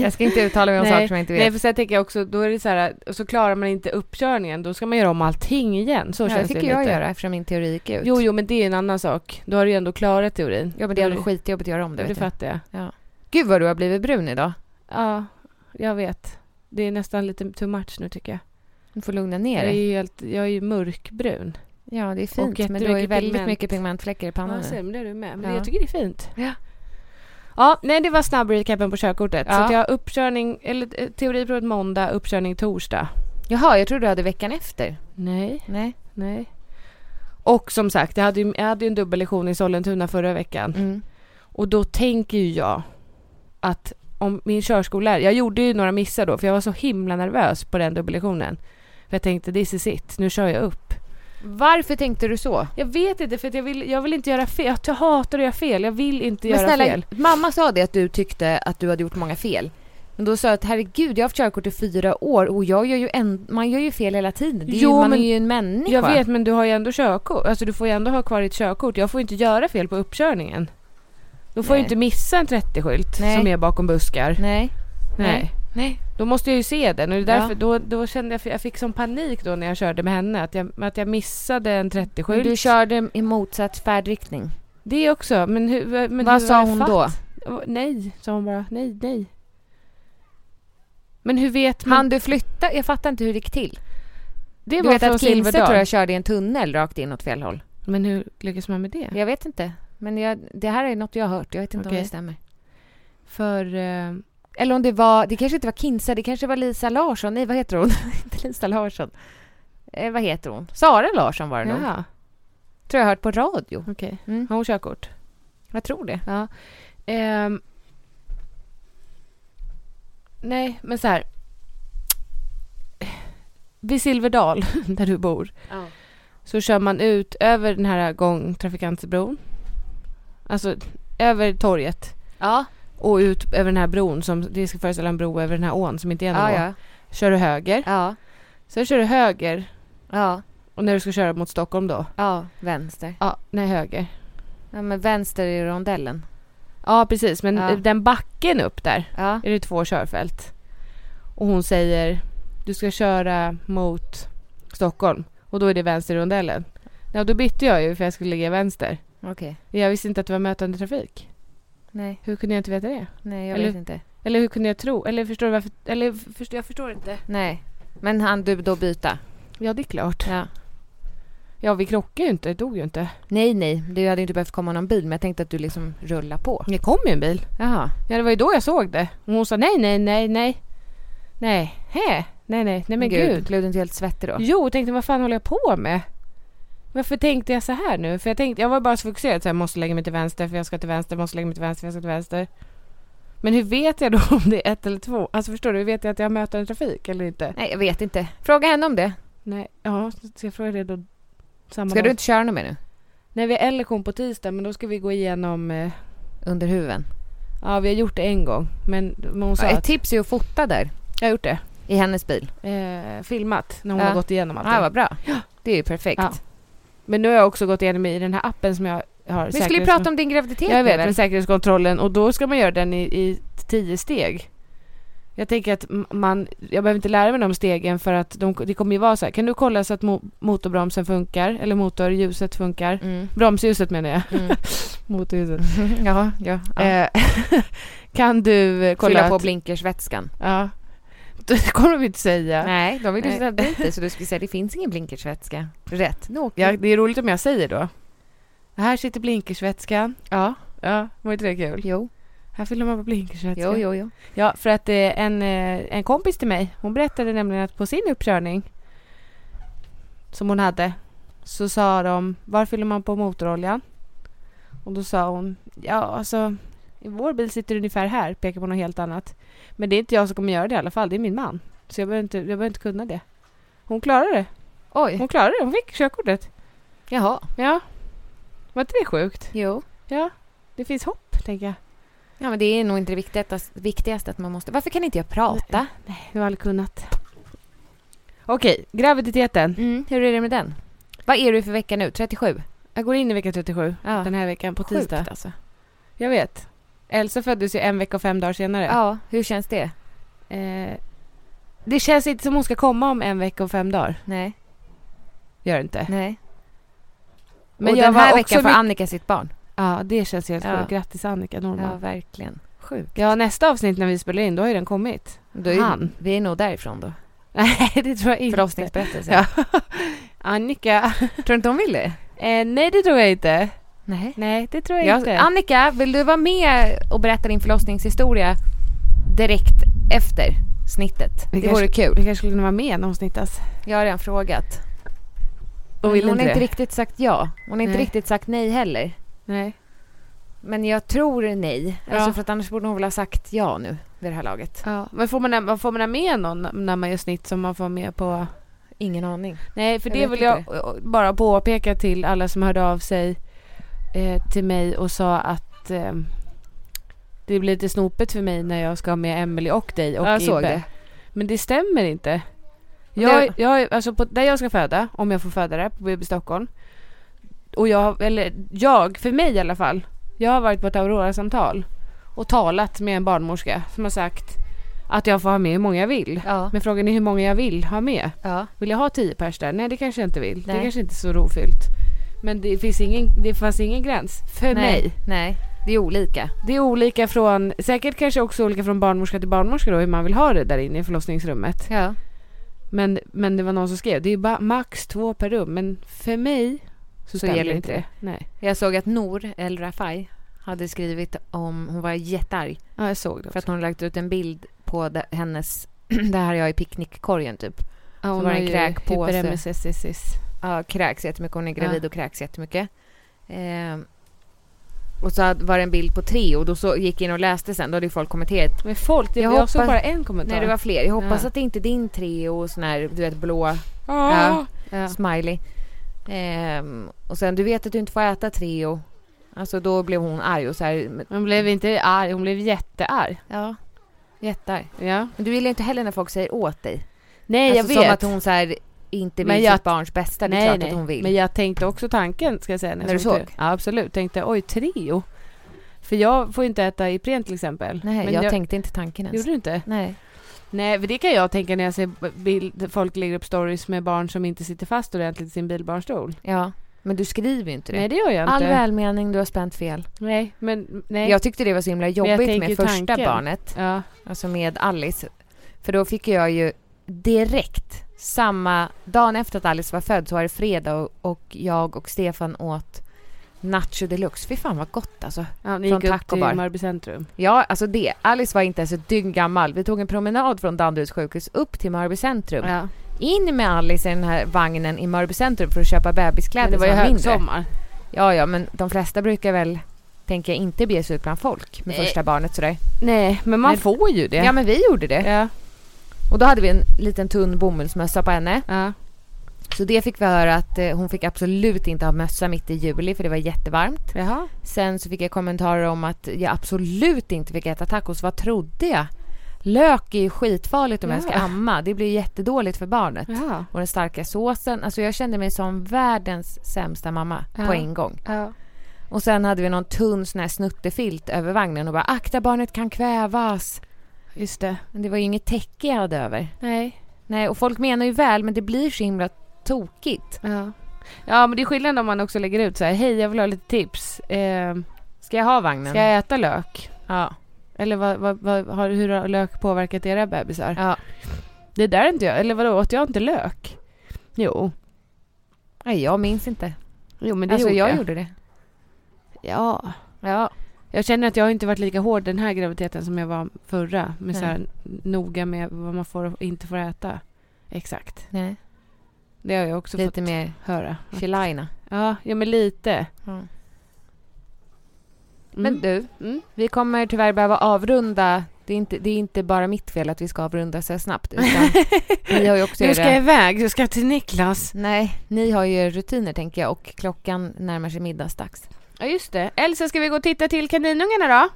[SPEAKER 2] jag ska inte uttala mig om
[SPEAKER 3] Nej,
[SPEAKER 2] saker som jag inte vet.
[SPEAKER 3] Nej, för sen tänker jag också, då är det så här, och så klarar man inte uppkörningen, då ska man göra om allting igen. Så
[SPEAKER 2] Ja, det
[SPEAKER 3] känns
[SPEAKER 2] fick
[SPEAKER 3] det
[SPEAKER 2] ju jag
[SPEAKER 3] lite.
[SPEAKER 2] göra eftersom min teori gick ut.
[SPEAKER 3] Jo, jo, men det är en annan sak. Då har du ju ändå klarat teorin.
[SPEAKER 2] Ja, men det är
[SPEAKER 3] Då
[SPEAKER 2] ändå skitjobbigt att göra om det.
[SPEAKER 3] Det, det
[SPEAKER 2] Vet jag.
[SPEAKER 3] fattar jag.
[SPEAKER 2] Gud vad du har blivit brun idag.
[SPEAKER 3] Ja, jag vet. Det är nästan lite too much nu tycker jag.
[SPEAKER 2] Du får lugna ner
[SPEAKER 3] Jag är
[SPEAKER 2] dig.
[SPEAKER 3] ju, helt, jag är ju mörkbrun.
[SPEAKER 2] Ja, det är fint. Men du har ju
[SPEAKER 3] jättemycket
[SPEAKER 2] väldigt
[SPEAKER 3] pigment.
[SPEAKER 2] mycket pigmentfläckar i pannan
[SPEAKER 3] Ja,
[SPEAKER 2] nu.
[SPEAKER 3] ser men det är du med. Men
[SPEAKER 2] Ja.
[SPEAKER 3] jag tycker det är fint.
[SPEAKER 2] Ja.
[SPEAKER 3] Ja, nej det var snabbrecapen på körkortet. Så
[SPEAKER 2] Ja.
[SPEAKER 3] att jag har uppkörning, eller eh, teoriprovet måndag, uppkörning torsdag.
[SPEAKER 2] Jaha, jag trodde du hade veckan efter.
[SPEAKER 3] Nej,
[SPEAKER 2] Nej.
[SPEAKER 3] nej. Och som sagt, jag hade ju, jag hade ju en dubbellektion i Sollentuna förra veckan.
[SPEAKER 2] Mm.
[SPEAKER 3] Och då tänker ju jag att om min körskollärare, jag gjorde ju några missar då för jag var så himla nervös på den dubbellektionen. För jag tänkte this is it, nu kör jag upp.
[SPEAKER 2] Varför tänkte du så?
[SPEAKER 3] Jag vet inte för att jag vill, jag vill inte göra fel, jag hatar att göra fel, jag vill inte
[SPEAKER 2] Men
[SPEAKER 3] göra
[SPEAKER 2] snälla,
[SPEAKER 3] fel.
[SPEAKER 2] mamma sa det att du tyckte att du hade gjort många fel. Men då sa jag att herregud, jag har haft körkort i fyra år och jag gör ju en, man gör ju fel hela tiden. Det är
[SPEAKER 3] Jo,
[SPEAKER 2] ju, man
[SPEAKER 3] men-
[SPEAKER 2] är ju en människa.
[SPEAKER 3] Jag vet men du har ju ändå körkort, alltså du får ju ändå ha kvar ditt körkort. Jag får ju inte göra fel på uppkörningen. Då får jag
[SPEAKER 2] Nej.
[SPEAKER 3] ju inte missa en 30-skylt
[SPEAKER 2] Nej.
[SPEAKER 3] som är bakom buskar.
[SPEAKER 2] Nej.
[SPEAKER 3] Nej.
[SPEAKER 2] Nej.
[SPEAKER 3] Då måste jag ju se den och det är
[SPEAKER 2] Ja.
[SPEAKER 3] därför, då, då kände jag, jag fick sån panik då när jag körde med henne att jag, att jag missade en 30-skylt.
[SPEAKER 2] Du körde i motsatt färdriktning.
[SPEAKER 3] Mm. Det också, men hur... Men
[SPEAKER 2] Vad
[SPEAKER 3] hur
[SPEAKER 2] sa
[SPEAKER 3] var det
[SPEAKER 2] hon
[SPEAKER 3] fatt?
[SPEAKER 2] då?
[SPEAKER 3] Och- Nej, sa hon bara. Nej, nej. Men hur vet man?
[SPEAKER 2] Han du flytta? Jag fattar inte hur det gick till.
[SPEAKER 3] det
[SPEAKER 2] Du
[SPEAKER 3] var
[SPEAKER 2] vet
[SPEAKER 3] från
[SPEAKER 2] att Kilse
[SPEAKER 3] Silverdal.
[SPEAKER 2] tror jag körde i en tunnel rakt in åt fel håll.
[SPEAKER 3] Men hur lyckas man med det?
[SPEAKER 2] Jag vet inte. Men jag, det här är något jag har hört. Jag vet inte om
[SPEAKER 3] Okej.
[SPEAKER 2] det stämmer.
[SPEAKER 3] För... eh,
[SPEAKER 2] Eller om det var, det kanske inte var Kinsa, det kanske var Lisa Larsson. Nej, vad heter hon? inte Lisa Larsson. Eh, vad heter hon? Sara Larsson var det nog.
[SPEAKER 3] Jaha,
[SPEAKER 2] Tror jag hört på radio.
[SPEAKER 3] okej.
[SPEAKER 2] Mm.
[SPEAKER 3] Har hon körkort?
[SPEAKER 2] Jag tror det.
[SPEAKER 3] Ja. Ehm. nej, men så här. Vid Silverdal, där du bor, så kör man ut över den här gångtrafikantsbron. Alltså, över torget.
[SPEAKER 2] Ja,
[SPEAKER 3] och ut över den här bron som det ska föreställa en bro över den här ån som inte är en
[SPEAKER 2] ja,
[SPEAKER 3] å.
[SPEAKER 2] ja.
[SPEAKER 3] Kör du höger.
[SPEAKER 2] Ja,
[SPEAKER 3] Sen kör du höger
[SPEAKER 2] ja,
[SPEAKER 3] och när du ska köra mot Stockholm då.
[SPEAKER 2] ja. Vänster.
[SPEAKER 3] Ja, nej höger.
[SPEAKER 2] Ja, men vänster i rondellen.
[SPEAKER 3] Ja, precis. Men
[SPEAKER 2] Ja.
[SPEAKER 3] den backen upp där
[SPEAKER 2] Ja,
[SPEAKER 3] är det två körfält. Och hon säger du ska köra mot Stockholm och då är det vänsterrondellen. Ja, då bytte jag ju för jag skulle ligga vänster.
[SPEAKER 2] okej.
[SPEAKER 3] Jag visste inte att det var mötande trafik.
[SPEAKER 2] Nej,
[SPEAKER 3] Hur kunde jag inte veta det?
[SPEAKER 2] nej, jag
[SPEAKER 3] Eller-
[SPEAKER 2] vet inte.
[SPEAKER 3] Eller hur kunde jag tro? Eller förstår du varför? Eller förstår, jag förstår inte.
[SPEAKER 2] Nej. Men han du då byta?
[SPEAKER 3] Ja, det är klart.
[SPEAKER 2] Ja.
[SPEAKER 3] Ja, vi krockade ju inte. Det dog ju inte.
[SPEAKER 2] Nej, nej, du hade ju inte behövt komma någon bil, men jag tänkte att du liksom rullar på.
[SPEAKER 3] Det kom ju en bil.
[SPEAKER 2] Jaha.
[SPEAKER 3] Ja, det var ju då jag såg det. Och hon sa nej, nej, nej, nej. Nej, hä? Nej, nej, nej men gud.
[SPEAKER 2] Blev du inte helt svettig då?
[SPEAKER 3] Jo, och tänkte vad fan håller jag på med? Varför tänkte jag så här nu? För jag tänkte, jag var bara så fokuserad så här, måste lägga mig till vänster för jag ska till vänster, måste lägga mig till vänster för jag ska till vänster. Men hur vet jag då om det är ett eller två? Alltså förstår du, hur vet jag att jag möter en trafik eller inte?
[SPEAKER 2] Nej, jag vet inte. Fråga henne om det.
[SPEAKER 3] Nej, ja, ska jag fråga det då? Samma
[SPEAKER 2] Ska
[SPEAKER 3] dag?
[SPEAKER 2] du inte köra något mer nu?
[SPEAKER 3] Nej, vi har en lektion på tisdag men då ska vi gå igenom, eh,
[SPEAKER 2] Under huven?
[SPEAKER 3] ja vi har gjort det en gång. Men, men hon sa
[SPEAKER 2] Ja, ett
[SPEAKER 3] att,
[SPEAKER 2] tips är ju att fota där,
[SPEAKER 3] jag har gjort det.
[SPEAKER 2] i hennes bil.
[SPEAKER 3] eh, filmat när hon
[SPEAKER 2] Ja.
[SPEAKER 3] har gått igenom allting.
[SPEAKER 2] Ja, vad bra. Det är ju perfekt.
[SPEAKER 3] Ja. Men nu har jag också gått igenom i den här appen som jag har.
[SPEAKER 2] Vi skulle ju prata om din graviditet
[SPEAKER 3] Jag
[SPEAKER 2] nu
[SPEAKER 3] vet,
[SPEAKER 2] väl?
[SPEAKER 3] men säkerhetskontrollen och då ska man göra den i, i tio steg. Jag tänker att m- man, jag behöver inte lära mig de stegen för att de, det kommer ju vara så här. Kan du kolla så att mo, motorbromsen funkar eller motorljuset funkar?
[SPEAKER 2] Mm.
[SPEAKER 3] Bromsljuset menar jag.
[SPEAKER 2] Mm.
[SPEAKER 3] Motorljuset.
[SPEAKER 2] ja, ja. ja.
[SPEAKER 3] Eh, kan du eh, kolla
[SPEAKER 2] Fylla på
[SPEAKER 3] att,
[SPEAKER 2] blinkersvätskan.
[SPEAKER 3] Ja. Det kommer de inte säga.
[SPEAKER 2] Nej, de vill ju
[SPEAKER 3] Nej.
[SPEAKER 2] sätta dit dig så du skulle säga det finns ingen blinkersvätska. Rätt. Nu åker
[SPEAKER 3] Ja, det är roligt om jag säger då. Här sitter blinkersvätskan. Ja. Ja, var inte det kul?
[SPEAKER 2] Jo,
[SPEAKER 3] Här fyller man på blinkersvätska.
[SPEAKER 2] jo, jo, jo.
[SPEAKER 3] Ja, för att eh, en, eh, en kompis till mig, hon berättade nämligen att på sin uppkörning som hon hade så sa de, var fyller man på motoroljan? Och då sa hon, ja alltså i vår bil sitter det ungefär här, pekar på något helt annat. Men det är inte jag som kommer göra det i alla fall, det är min man. Så jag behöver inte, jag behöver inte kunna det. Hon klarade det,
[SPEAKER 2] Oj.
[SPEAKER 3] hon klarade det, hon fick körkortet.
[SPEAKER 2] Jaha.
[SPEAKER 3] Ja. Var inte det sjukt?
[SPEAKER 2] Jo.
[SPEAKER 3] Ja. Det finns hopp, tänker jag.
[SPEAKER 2] Ja, men det är nog inte det viktigaste, viktigaste att man måste... Varför kan inte jag prata?
[SPEAKER 3] Nej, jag har aldrig kunnat. Okej, graviditeten.
[SPEAKER 2] Mm. Hur är det med den? Vad är du för vecka nu? 37?
[SPEAKER 3] Jag går in i vecka 37
[SPEAKER 2] Ja.
[SPEAKER 3] den här veckan på
[SPEAKER 2] Sjukt, alltså.
[SPEAKER 3] tisdag. Jag vet. Elsa föddes ju en vecka och fem dagar senare.
[SPEAKER 2] Ja, hur känns det?
[SPEAKER 3] Eh, det känns inte som hon ska komma om en vecka och fem dagar.
[SPEAKER 2] Nej.
[SPEAKER 3] Gör det inte.
[SPEAKER 2] Nej.
[SPEAKER 3] Men
[SPEAKER 2] och
[SPEAKER 3] jag
[SPEAKER 2] den
[SPEAKER 3] var
[SPEAKER 2] här
[SPEAKER 3] också
[SPEAKER 2] veckan får
[SPEAKER 3] mycket-
[SPEAKER 2] Annika sitt barn.
[SPEAKER 3] Ja, det känns helt
[SPEAKER 2] Ja.
[SPEAKER 3] sjukt. Grattis Annika
[SPEAKER 2] Ja,
[SPEAKER 3] Norman.
[SPEAKER 2] verkligen. Sjukt.
[SPEAKER 3] Ja. nästa avsnitt när vi spelar in, då har ju den kommit.
[SPEAKER 2] Då är,
[SPEAKER 3] Han.
[SPEAKER 2] Vi är nog därifrån då.
[SPEAKER 3] Nej, det tror jag inte.
[SPEAKER 2] Förlossningsberättelsen.
[SPEAKER 3] Ja. Annika.
[SPEAKER 2] Tror du inte hon vill det?
[SPEAKER 3] Eh, nej, det tror jag inte.
[SPEAKER 2] Nej.
[SPEAKER 3] Nej, det tror jag,
[SPEAKER 2] Jag,
[SPEAKER 3] inte.
[SPEAKER 2] Annika, vill du vara med och berätta din förlossningshistoria direkt efter snittet? Det,
[SPEAKER 3] kanske-
[SPEAKER 2] vore kul.
[SPEAKER 3] Vi kanske skulle kunna vara med när hon snittas.
[SPEAKER 2] Jag har redan frågat.
[SPEAKER 3] Och
[SPEAKER 2] Men
[SPEAKER 3] vill
[SPEAKER 2] hon
[SPEAKER 3] inte
[SPEAKER 2] har inte
[SPEAKER 3] det.
[SPEAKER 2] riktigt sagt ja. Hon har inte
[SPEAKER 3] Nej.
[SPEAKER 2] riktigt sagt nej heller.
[SPEAKER 3] Nej.
[SPEAKER 2] Men jag tror nej. Alltså
[SPEAKER 3] Ja.
[SPEAKER 2] för att annars borde hon väl ha sagt ja nu vid det här laget.
[SPEAKER 3] Ja. Men får man, vad får man ha med någon när man gör snitt som man får med på...
[SPEAKER 2] Ingen aning.
[SPEAKER 3] Nej, för
[SPEAKER 2] Jag
[SPEAKER 3] det
[SPEAKER 2] vet
[SPEAKER 3] vill jag bara påpeka till alla som hörde av sig eh, till mig och sa att eh, det blir lite snopet för mig när jag ska ha med Emily och dig och
[SPEAKER 2] Ja, jag
[SPEAKER 3] Ibbe.
[SPEAKER 2] såg det.
[SPEAKER 3] Men det stämmer inte.
[SPEAKER 2] Det-
[SPEAKER 3] Jag, jag, alltså på, där jag ska föda, om jag får föda där, på BB Stockholm. Och jag, eller jag, för mig i alla fall. Jag har varit på ett Aurora-samtal och talat med en barnmorska som har sagt att jag får ha med hur många jag vill.
[SPEAKER 2] Ja.
[SPEAKER 3] Men frågan är hur många jag vill ha med.
[SPEAKER 2] Ja.
[SPEAKER 3] Vill jag ha 10 pers där? Nej det kanske jag inte vill.
[SPEAKER 2] Nej.
[SPEAKER 3] Det kanske inte är så rofyllt. Men det, finns ingen, det fanns ingen gräns för mig.
[SPEAKER 2] Nej. Nej. Det är olika.
[SPEAKER 3] Det är olika från, säkert kanske också olika från barnmorska till barnmorska då hur man vill ha det där inne i förlossningsrummet.
[SPEAKER 2] Ja.
[SPEAKER 3] Men, men det var någon som skrev, det är ju bara max två per rum. Men för mig så, stämmer
[SPEAKER 2] gäller
[SPEAKER 3] inte
[SPEAKER 2] inte
[SPEAKER 3] det. Nej.
[SPEAKER 2] Jag såg att Nor El Rafai hade skrivit om, hon var jättearg
[SPEAKER 3] Ja jag såg det
[SPEAKER 2] för
[SPEAKER 3] också.
[SPEAKER 2] att hon lagt ut en bild på de, hennes, det här har jag i picknickkorgen typ.
[SPEAKER 3] ja,
[SPEAKER 2] var en kräkpåse.
[SPEAKER 3] hyper-MSSSS.
[SPEAKER 2] Ja, kräks jättemycket, hon är gravid och kräks jättemycket. Eh, och så hade- var det en bild på tre och då så, gick jag in och läste sen, då hade ju folk kommenterat.
[SPEAKER 3] Men folk, det,
[SPEAKER 2] Jag
[SPEAKER 3] jag, såg
[SPEAKER 2] hoppas-
[SPEAKER 3] bara en kommentar.
[SPEAKER 2] Nej det var fler, jag hoppas
[SPEAKER 3] Ja.
[SPEAKER 2] att det inte är din tre och sån här, du vet blå
[SPEAKER 3] ah. ja.
[SPEAKER 2] smiley. Ehm, och sen du vet att du inte får äta Treo. Alltså då blev hon arg och så här. men-
[SPEAKER 3] Hon blev inte arg, hon blev jättearg.
[SPEAKER 2] Ja. Jättearg.
[SPEAKER 3] Ja.
[SPEAKER 2] Men du vill ju inte heller när folk säger åt dig.
[SPEAKER 3] Nej
[SPEAKER 2] alltså som att hon så här inte
[SPEAKER 3] Men
[SPEAKER 2] vill
[SPEAKER 3] jag-
[SPEAKER 2] sitt barns bästa. Det är klart att hon vill.
[SPEAKER 3] Men jag tänkte också tanken ska jag säga.
[SPEAKER 2] När
[SPEAKER 3] jag
[SPEAKER 2] du
[SPEAKER 3] såg
[SPEAKER 2] såg?
[SPEAKER 3] det. Ja, absolut. Tänkte oj, trio. För jag får ju inte äta Ipren till exempel.
[SPEAKER 2] Nej,
[SPEAKER 3] men
[SPEAKER 2] jag, tänkte inte tanken ens.
[SPEAKER 3] Gjorde du inte?
[SPEAKER 2] Nej.
[SPEAKER 3] Nej, för det kan jag tänka när jag ser bild, folk lägger upp stories med barn som inte sitter fast ordentligt i sin bilbarnstol.
[SPEAKER 2] Ja. Men du skriver ju inte det.
[SPEAKER 3] Nej, det gör jag inte.
[SPEAKER 2] All välmening, du har spänt fel.
[SPEAKER 3] Nej, men nej.
[SPEAKER 2] Jag tyckte det var så himla jobbigt
[SPEAKER 3] tänker
[SPEAKER 2] med
[SPEAKER 3] ju
[SPEAKER 2] första
[SPEAKER 3] tanken.
[SPEAKER 2] barnet.
[SPEAKER 3] Ja,
[SPEAKER 2] Alltså med Alice. För då fick jag ju direkt samma dagen efter att Alice var född så var det fredag och, och jag och Stefan åt nacho deluxe. Fy fan vad gott alltså.
[SPEAKER 3] ja ni
[SPEAKER 2] Från
[SPEAKER 3] gick upp
[SPEAKER 2] Taco
[SPEAKER 3] till
[SPEAKER 2] Bar.
[SPEAKER 3] Mörby centrum.
[SPEAKER 2] Ja, alltså det. Alice var inte ens ett dygn gammal. Vi tog en promenad från Danderyds sjukhus upp till Mörby centrum.
[SPEAKER 3] Ja.
[SPEAKER 2] In med Alice i den här vagnen i Mörby centrum för att köpa bebiskläder
[SPEAKER 3] Men det var ju
[SPEAKER 2] som mindre.
[SPEAKER 3] högsommar.
[SPEAKER 2] Ja, ja, men de flesta brukar väl, tänker jag, inte bege sig ut bland folk med
[SPEAKER 3] Nej.
[SPEAKER 2] första barnet sådär.
[SPEAKER 3] Nej, men man
[SPEAKER 2] Men-
[SPEAKER 3] får ju det.
[SPEAKER 2] Ja, men vi gjorde det.
[SPEAKER 3] ja.
[SPEAKER 2] Och då hade vi en liten tunn bomullsmössa på henne.
[SPEAKER 3] ja.
[SPEAKER 2] Så det fick vi höra att eh, hon fick absolut inte ha mössa mitt i juli för det var jättevarmt.
[SPEAKER 3] Jaha.
[SPEAKER 2] Sen så fick jag kommentarer om att jag absolut inte fick äta tacos. Vad trodde jag? Lök är ju skitfarligt om jag ska
[SPEAKER 3] Ja.
[SPEAKER 2] amma. Det blir ju jättedåligt för barnet.
[SPEAKER 3] Jaha.
[SPEAKER 2] Och den starka såsen. Alltså jag kände mig som världens sämsta mamma på
[SPEAKER 3] Ja.
[SPEAKER 2] en gång.
[SPEAKER 3] Ja.
[SPEAKER 2] Och sen hade vi någon tunn sån här snuttefilt över vagnen och bara akta barnet kan kvävas.
[SPEAKER 3] Just det.
[SPEAKER 2] Men det var ju inget täcke jag hade över.
[SPEAKER 3] Nej.
[SPEAKER 2] Nej, och folk menar ju väl men det blir så himla tokigt.
[SPEAKER 3] Ja. ja, men det är skillnad om man också lägger ut så här, hej jag vill ha lite tips. Eh,
[SPEAKER 2] Ska jag ha vagnen?
[SPEAKER 3] ska jag äta lök?
[SPEAKER 2] Ja.
[SPEAKER 3] Eller vad, vad, vad, har, hur har lök påverkat era bebisar?
[SPEAKER 2] ja.
[SPEAKER 3] Det där är inte jag, eller vadå, åt jag inte lök? Jo.
[SPEAKER 2] Nej, jag minns inte.
[SPEAKER 3] Jo men det
[SPEAKER 2] Alltså
[SPEAKER 3] gjorde
[SPEAKER 2] jag
[SPEAKER 3] jag.
[SPEAKER 2] gjorde det.
[SPEAKER 3] Ja.
[SPEAKER 2] Ja.
[SPEAKER 3] Jag känner att jag har inte varit lika hård den här graviditeten som jag var förra. Med så
[SPEAKER 2] Nej.
[SPEAKER 3] här, noga med vad man får och inte får äta. Exakt.
[SPEAKER 2] Nej.
[SPEAKER 3] Det har jag också
[SPEAKER 2] Lite
[SPEAKER 3] fått
[SPEAKER 2] mer
[SPEAKER 3] höra.
[SPEAKER 2] Chilina.
[SPEAKER 3] Ja, ja men lite.
[SPEAKER 2] Mm.
[SPEAKER 3] Mm.
[SPEAKER 2] Men du,
[SPEAKER 3] Mm.
[SPEAKER 2] vi kommer tyvärr behöva avrunda. Det är, inte, det är inte bara mitt fel att vi ska avrunda så här snabbt. Utan ni har ju också
[SPEAKER 3] Du ska
[SPEAKER 2] era...
[SPEAKER 3] iväg, du ska till Niklas.
[SPEAKER 2] Nej, ni har ju rutiner tänker jag och klockan närmar sig middagsdags.
[SPEAKER 3] Ja just det. Elsa ska vi gå och titta till kaninungarna då?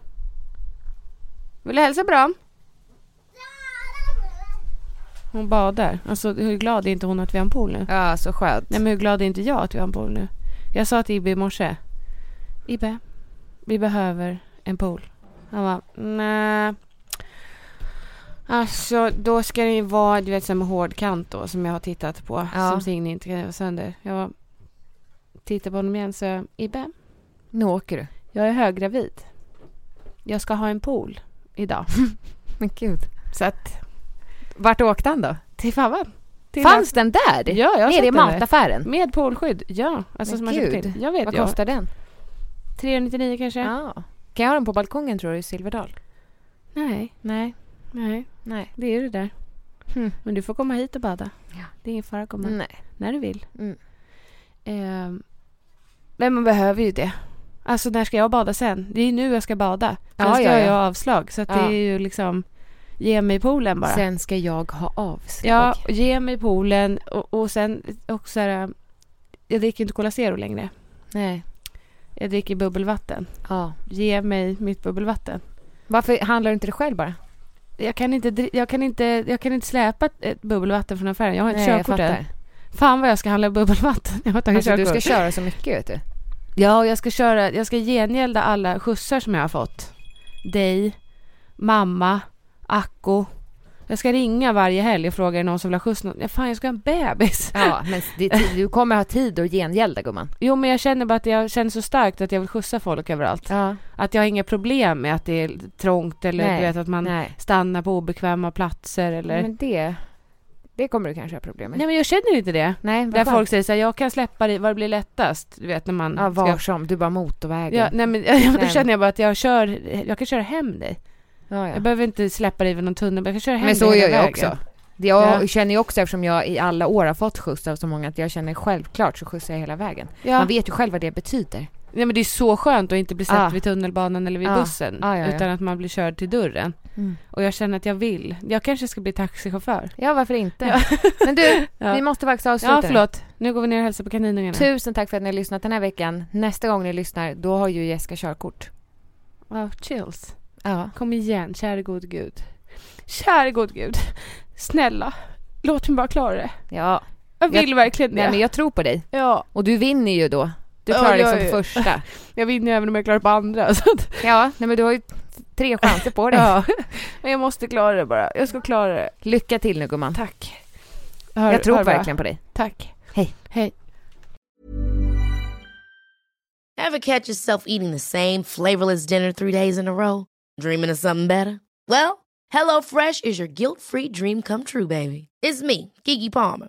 [SPEAKER 3] Vill du hälsa på dem? Hon badar. Alltså hur glad är inte hon att vi har en pool nu?
[SPEAKER 2] Ja, så skönt.
[SPEAKER 3] Nej men hur glad är inte jag att vi har en pool nu? Jag sa till Ibbe i morse. Ibbe, vi behöver en pool. Han var nej. Alltså då ska det ju vara du vet som en hård kant då som jag har tittat på.
[SPEAKER 2] Ja.
[SPEAKER 3] Som Signe inte kan göra sönder. Jag var, tittade på honom igen så jag, Ibbe.
[SPEAKER 2] Nu åker du.
[SPEAKER 3] Jag är höggravid. Jag ska ha en pool idag.
[SPEAKER 2] Men gud.
[SPEAKER 3] Så att,
[SPEAKER 2] Vart åkte han då?
[SPEAKER 3] till favvan. Till
[SPEAKER 2] Fanns den där?
[SPEAKER 3] Ja, jag har
[SPEAKER 2] Nere i
[SPEAKER 3] sett den där.
[SPEAKER 2] mataffären?
[SPEAKER 3] Med poolskydd, ja. Alltså
[SPEAKER 2] Men
[SPEAKER 3] som man köper
[SPEAKER 2] gud,
[SPEAKER 3] till. Jag vet
[SPEAKER 2] Vad
[SPEAKER 3] jag.
[SPEAKER 2] kostar den?
[SPEAKER 3] 399 kanske?
[SPEAKER 2] Ja. Kan jag ha den på balkongen tror du i Silverdal?
[SPEAKER 3] Nej,
[SPEAKER 2] Nej.
[SPEAKER 3] nej,
[SPEAKER 2] Nej.
[SPEAKER 3] det är det där.
[SPEAKER 2] Hmm.
[SPEAKER 3] Men du får komma hit och bada.
[SPEAKER 2] Ja.
[SPEAKER 3] Det är ingen fara att komma
[SPEAKER 2] Nej.
[SPEAKER 3] när du vill.
[SPEAKER 2] Mm.
[SPEAKER 3] Ehm, men man behöver ju det. Alltså när ska jag bada sen? Det är ju nu jag ska bada. Sen
[SPEAKER 2] Ja,
[SPEAKER 3] ska
[SPEAKER 2] ja, ja.
[SPEAKER 3] jag ha avslag. Så att
[SPEAKER 2] Ja.
[SPEAKER 3] det är ju liksom, ge mig poolen bara.
[SPEAKER 2] Sen ska jag ha avslag.
[SPEAKER 3] Ja, ge mig poolen och, och sen också så här, jag dricker inte Cola Zero längre.
[SPEAKER 2] Nej.
[SPEAKER 3] Jag dricker bubbelvatten.
[SPEAKER 2] Ja.
[SPEAKER 3] Ge mig mitt bubbelvatten.
[SPEAKER 2] Varför handlar du inte det själv bara?
[SPEAKER 3] Jag kan inte, dri- jag kan inte, jag kan inte släpa ett, ett bubbelvatten från affären. Jag har inte
[SPEAKER 2] Nej, jag
[SPEAKER 3] körkort än.
[SPEAKER 2] fattar.
[SPEAKER 3] Fan vad jag ska handla bubbelvatten. Jag har tagit
[SPEAKER 2] Alltså, du
[SPEAKER 3] körkort.
[SPEAKER 2] ska köra så mycket vet du.
[SPEAKER 3] Ja, och jag ska köra, jag ska gengälda alla skjutsar som jag har fått. Dig, mamma, Acko. Jag ska ringa varje helg och fråga är det någon som vill ha skjuts. Ja, fan, jag ska ha en bebis.
[SPEAKER 2] Ja, men det, är tid- du kommer ha tid att gengälda gumman.
[SPEAKER 3] Jo, men jag känner bara att jag känner så starkt att jag vill skjutsa folk överallt.
[SPEAKER 2] Ja.
[SPEAKER 3] Att jag har inga problem med att det är trångt eller
[SPEAKER 2] Nej,
[SPEAKER 3] du vet att man
[SPEAKER 2] Nej.
[SPEAKER 3] stannar på obekväma platser eller.
[SPEAKER 2] Men det, det kommer du kanske ha problem med.
[SPEAKER 3] Nej, men jag känner inte det.
[SPEAKER 2] Nej, vad
[SPEAKER 3] Där
[SPEAKER 2] skönt.
[SPEAKER 3] folk säger så här, jag kan släppa dig, var det blir lättast? Du vet när man
[SPEAKER 2] Ja, var
[SPEAKER 3] ska...
[SPEAKER 2] som. Du bara motorvägen.
[SPEAKER 3] Ja, nej, men, ja, då
[SPEAKER 2] men-
[SPEAKER 3] känner jag bara att jag kör, jag kan köra hem dig.
[SPEAKER 2] ja, ja.
[SPEAKER 3] Jag behöver inte släppa dig vid någon tunnel, men jag kan köra hem
[SPEAKER 2] Men
[SPEAKER 3] dig
[SPEAKER 2] så
[SPEAKER 3] hela
[SPEAKER 2] gör jag
[SPEAKER 3] vägen.
[SPEAKER 2] också. Det Jag
[SPEAKER 3] Ja.
[SPEAKER 2] känner ju också eftersom jag i alla år har fått skjuts av så många att jag känner självklart så skjutsar jag hela vägen.
[SPEAKER 3] Ja.
[SPEAKER 2] Man vet ju själv vad det betyder.
[SPEAKER 3] Nej, men det är så skönt att inte bli sett
[SPEAKER 2] Ah.
[SPEAKER 3] vid tunnelbanan eller vid
[SPEAKER 2] Ah.
[SPEAKER 3] bussen.
[SPEAKER 2] Ah, ja, ja.
[SPEAKER 3] Utan att man blir körd till dörren.
[SPEAKER 2] Mm.
[SPEAKER 3] Och jag känner att jag vill. Jag kanske ska bli taxichaufför.
[SPEAKER 2] Ja, varför inte? Men du,
[SPEAKER 3] Ja.
[SPEAKER 2] vi måste faktiskt avsluta
[SPEAKER 3] Ja,
[SPEAKER 2] nu.
[SPEAKER 3] förlåt. Nu går vi ner och hälsar på kaninungarna.
[SPEAKER 2] Tusen tack för att ni har lyssnat den här veckan. Nästa gång ni lyssnar, då har ju Jessica körkort.
[SPEAKER 3] Wow, chills.
[SPEAKER 2] Ja.
[SPEAKER 3] Kom igen, käre god gud. Käre god gud. Snälla, låt mig bara klara det.
[SPEAKER 2] ja.
[SPEAKER 3] Jag vill verkligen det.
[SPEAKER 2] Nej, men jag tror på dig.
[SPEAKER 3] Ja,
[SPEAKER 2] Och du vinner ju då. Du
[SPEAKER 3] Ja,
[SPEAKER 2] klarar
[SPEAKER 3] jag
[SPEAKER 2] liksom
[SPEAKER 3] är-
[SPEAKER 2] första.
[SPEAKER 3] jag vinner ju även om jag klarar på andra. Så att,
[SPEAKER 2] Ja, nej, men du har ju tre chanser på dig.
[SPEAKER 3] ja. Men jag måste klara det bara. Jag ska klara det.
[SPEAKER 2] Lycka till nu gumman.
[SPEAKER 3] Tack.
[SPEAKER 2] Jag tror verkligen på dig.
[SPEAKER 3] Tack.
[SPEAKER 2] Hej.
[SPEAKER 3] Hej.
[SPEAKER 5] Ever catch yourself eating the same flavorless dinner three days in a row? Dreaming of something better? Well, HelloFresh is your guilt free dream come true, baby. It's me, Gigi Palmer.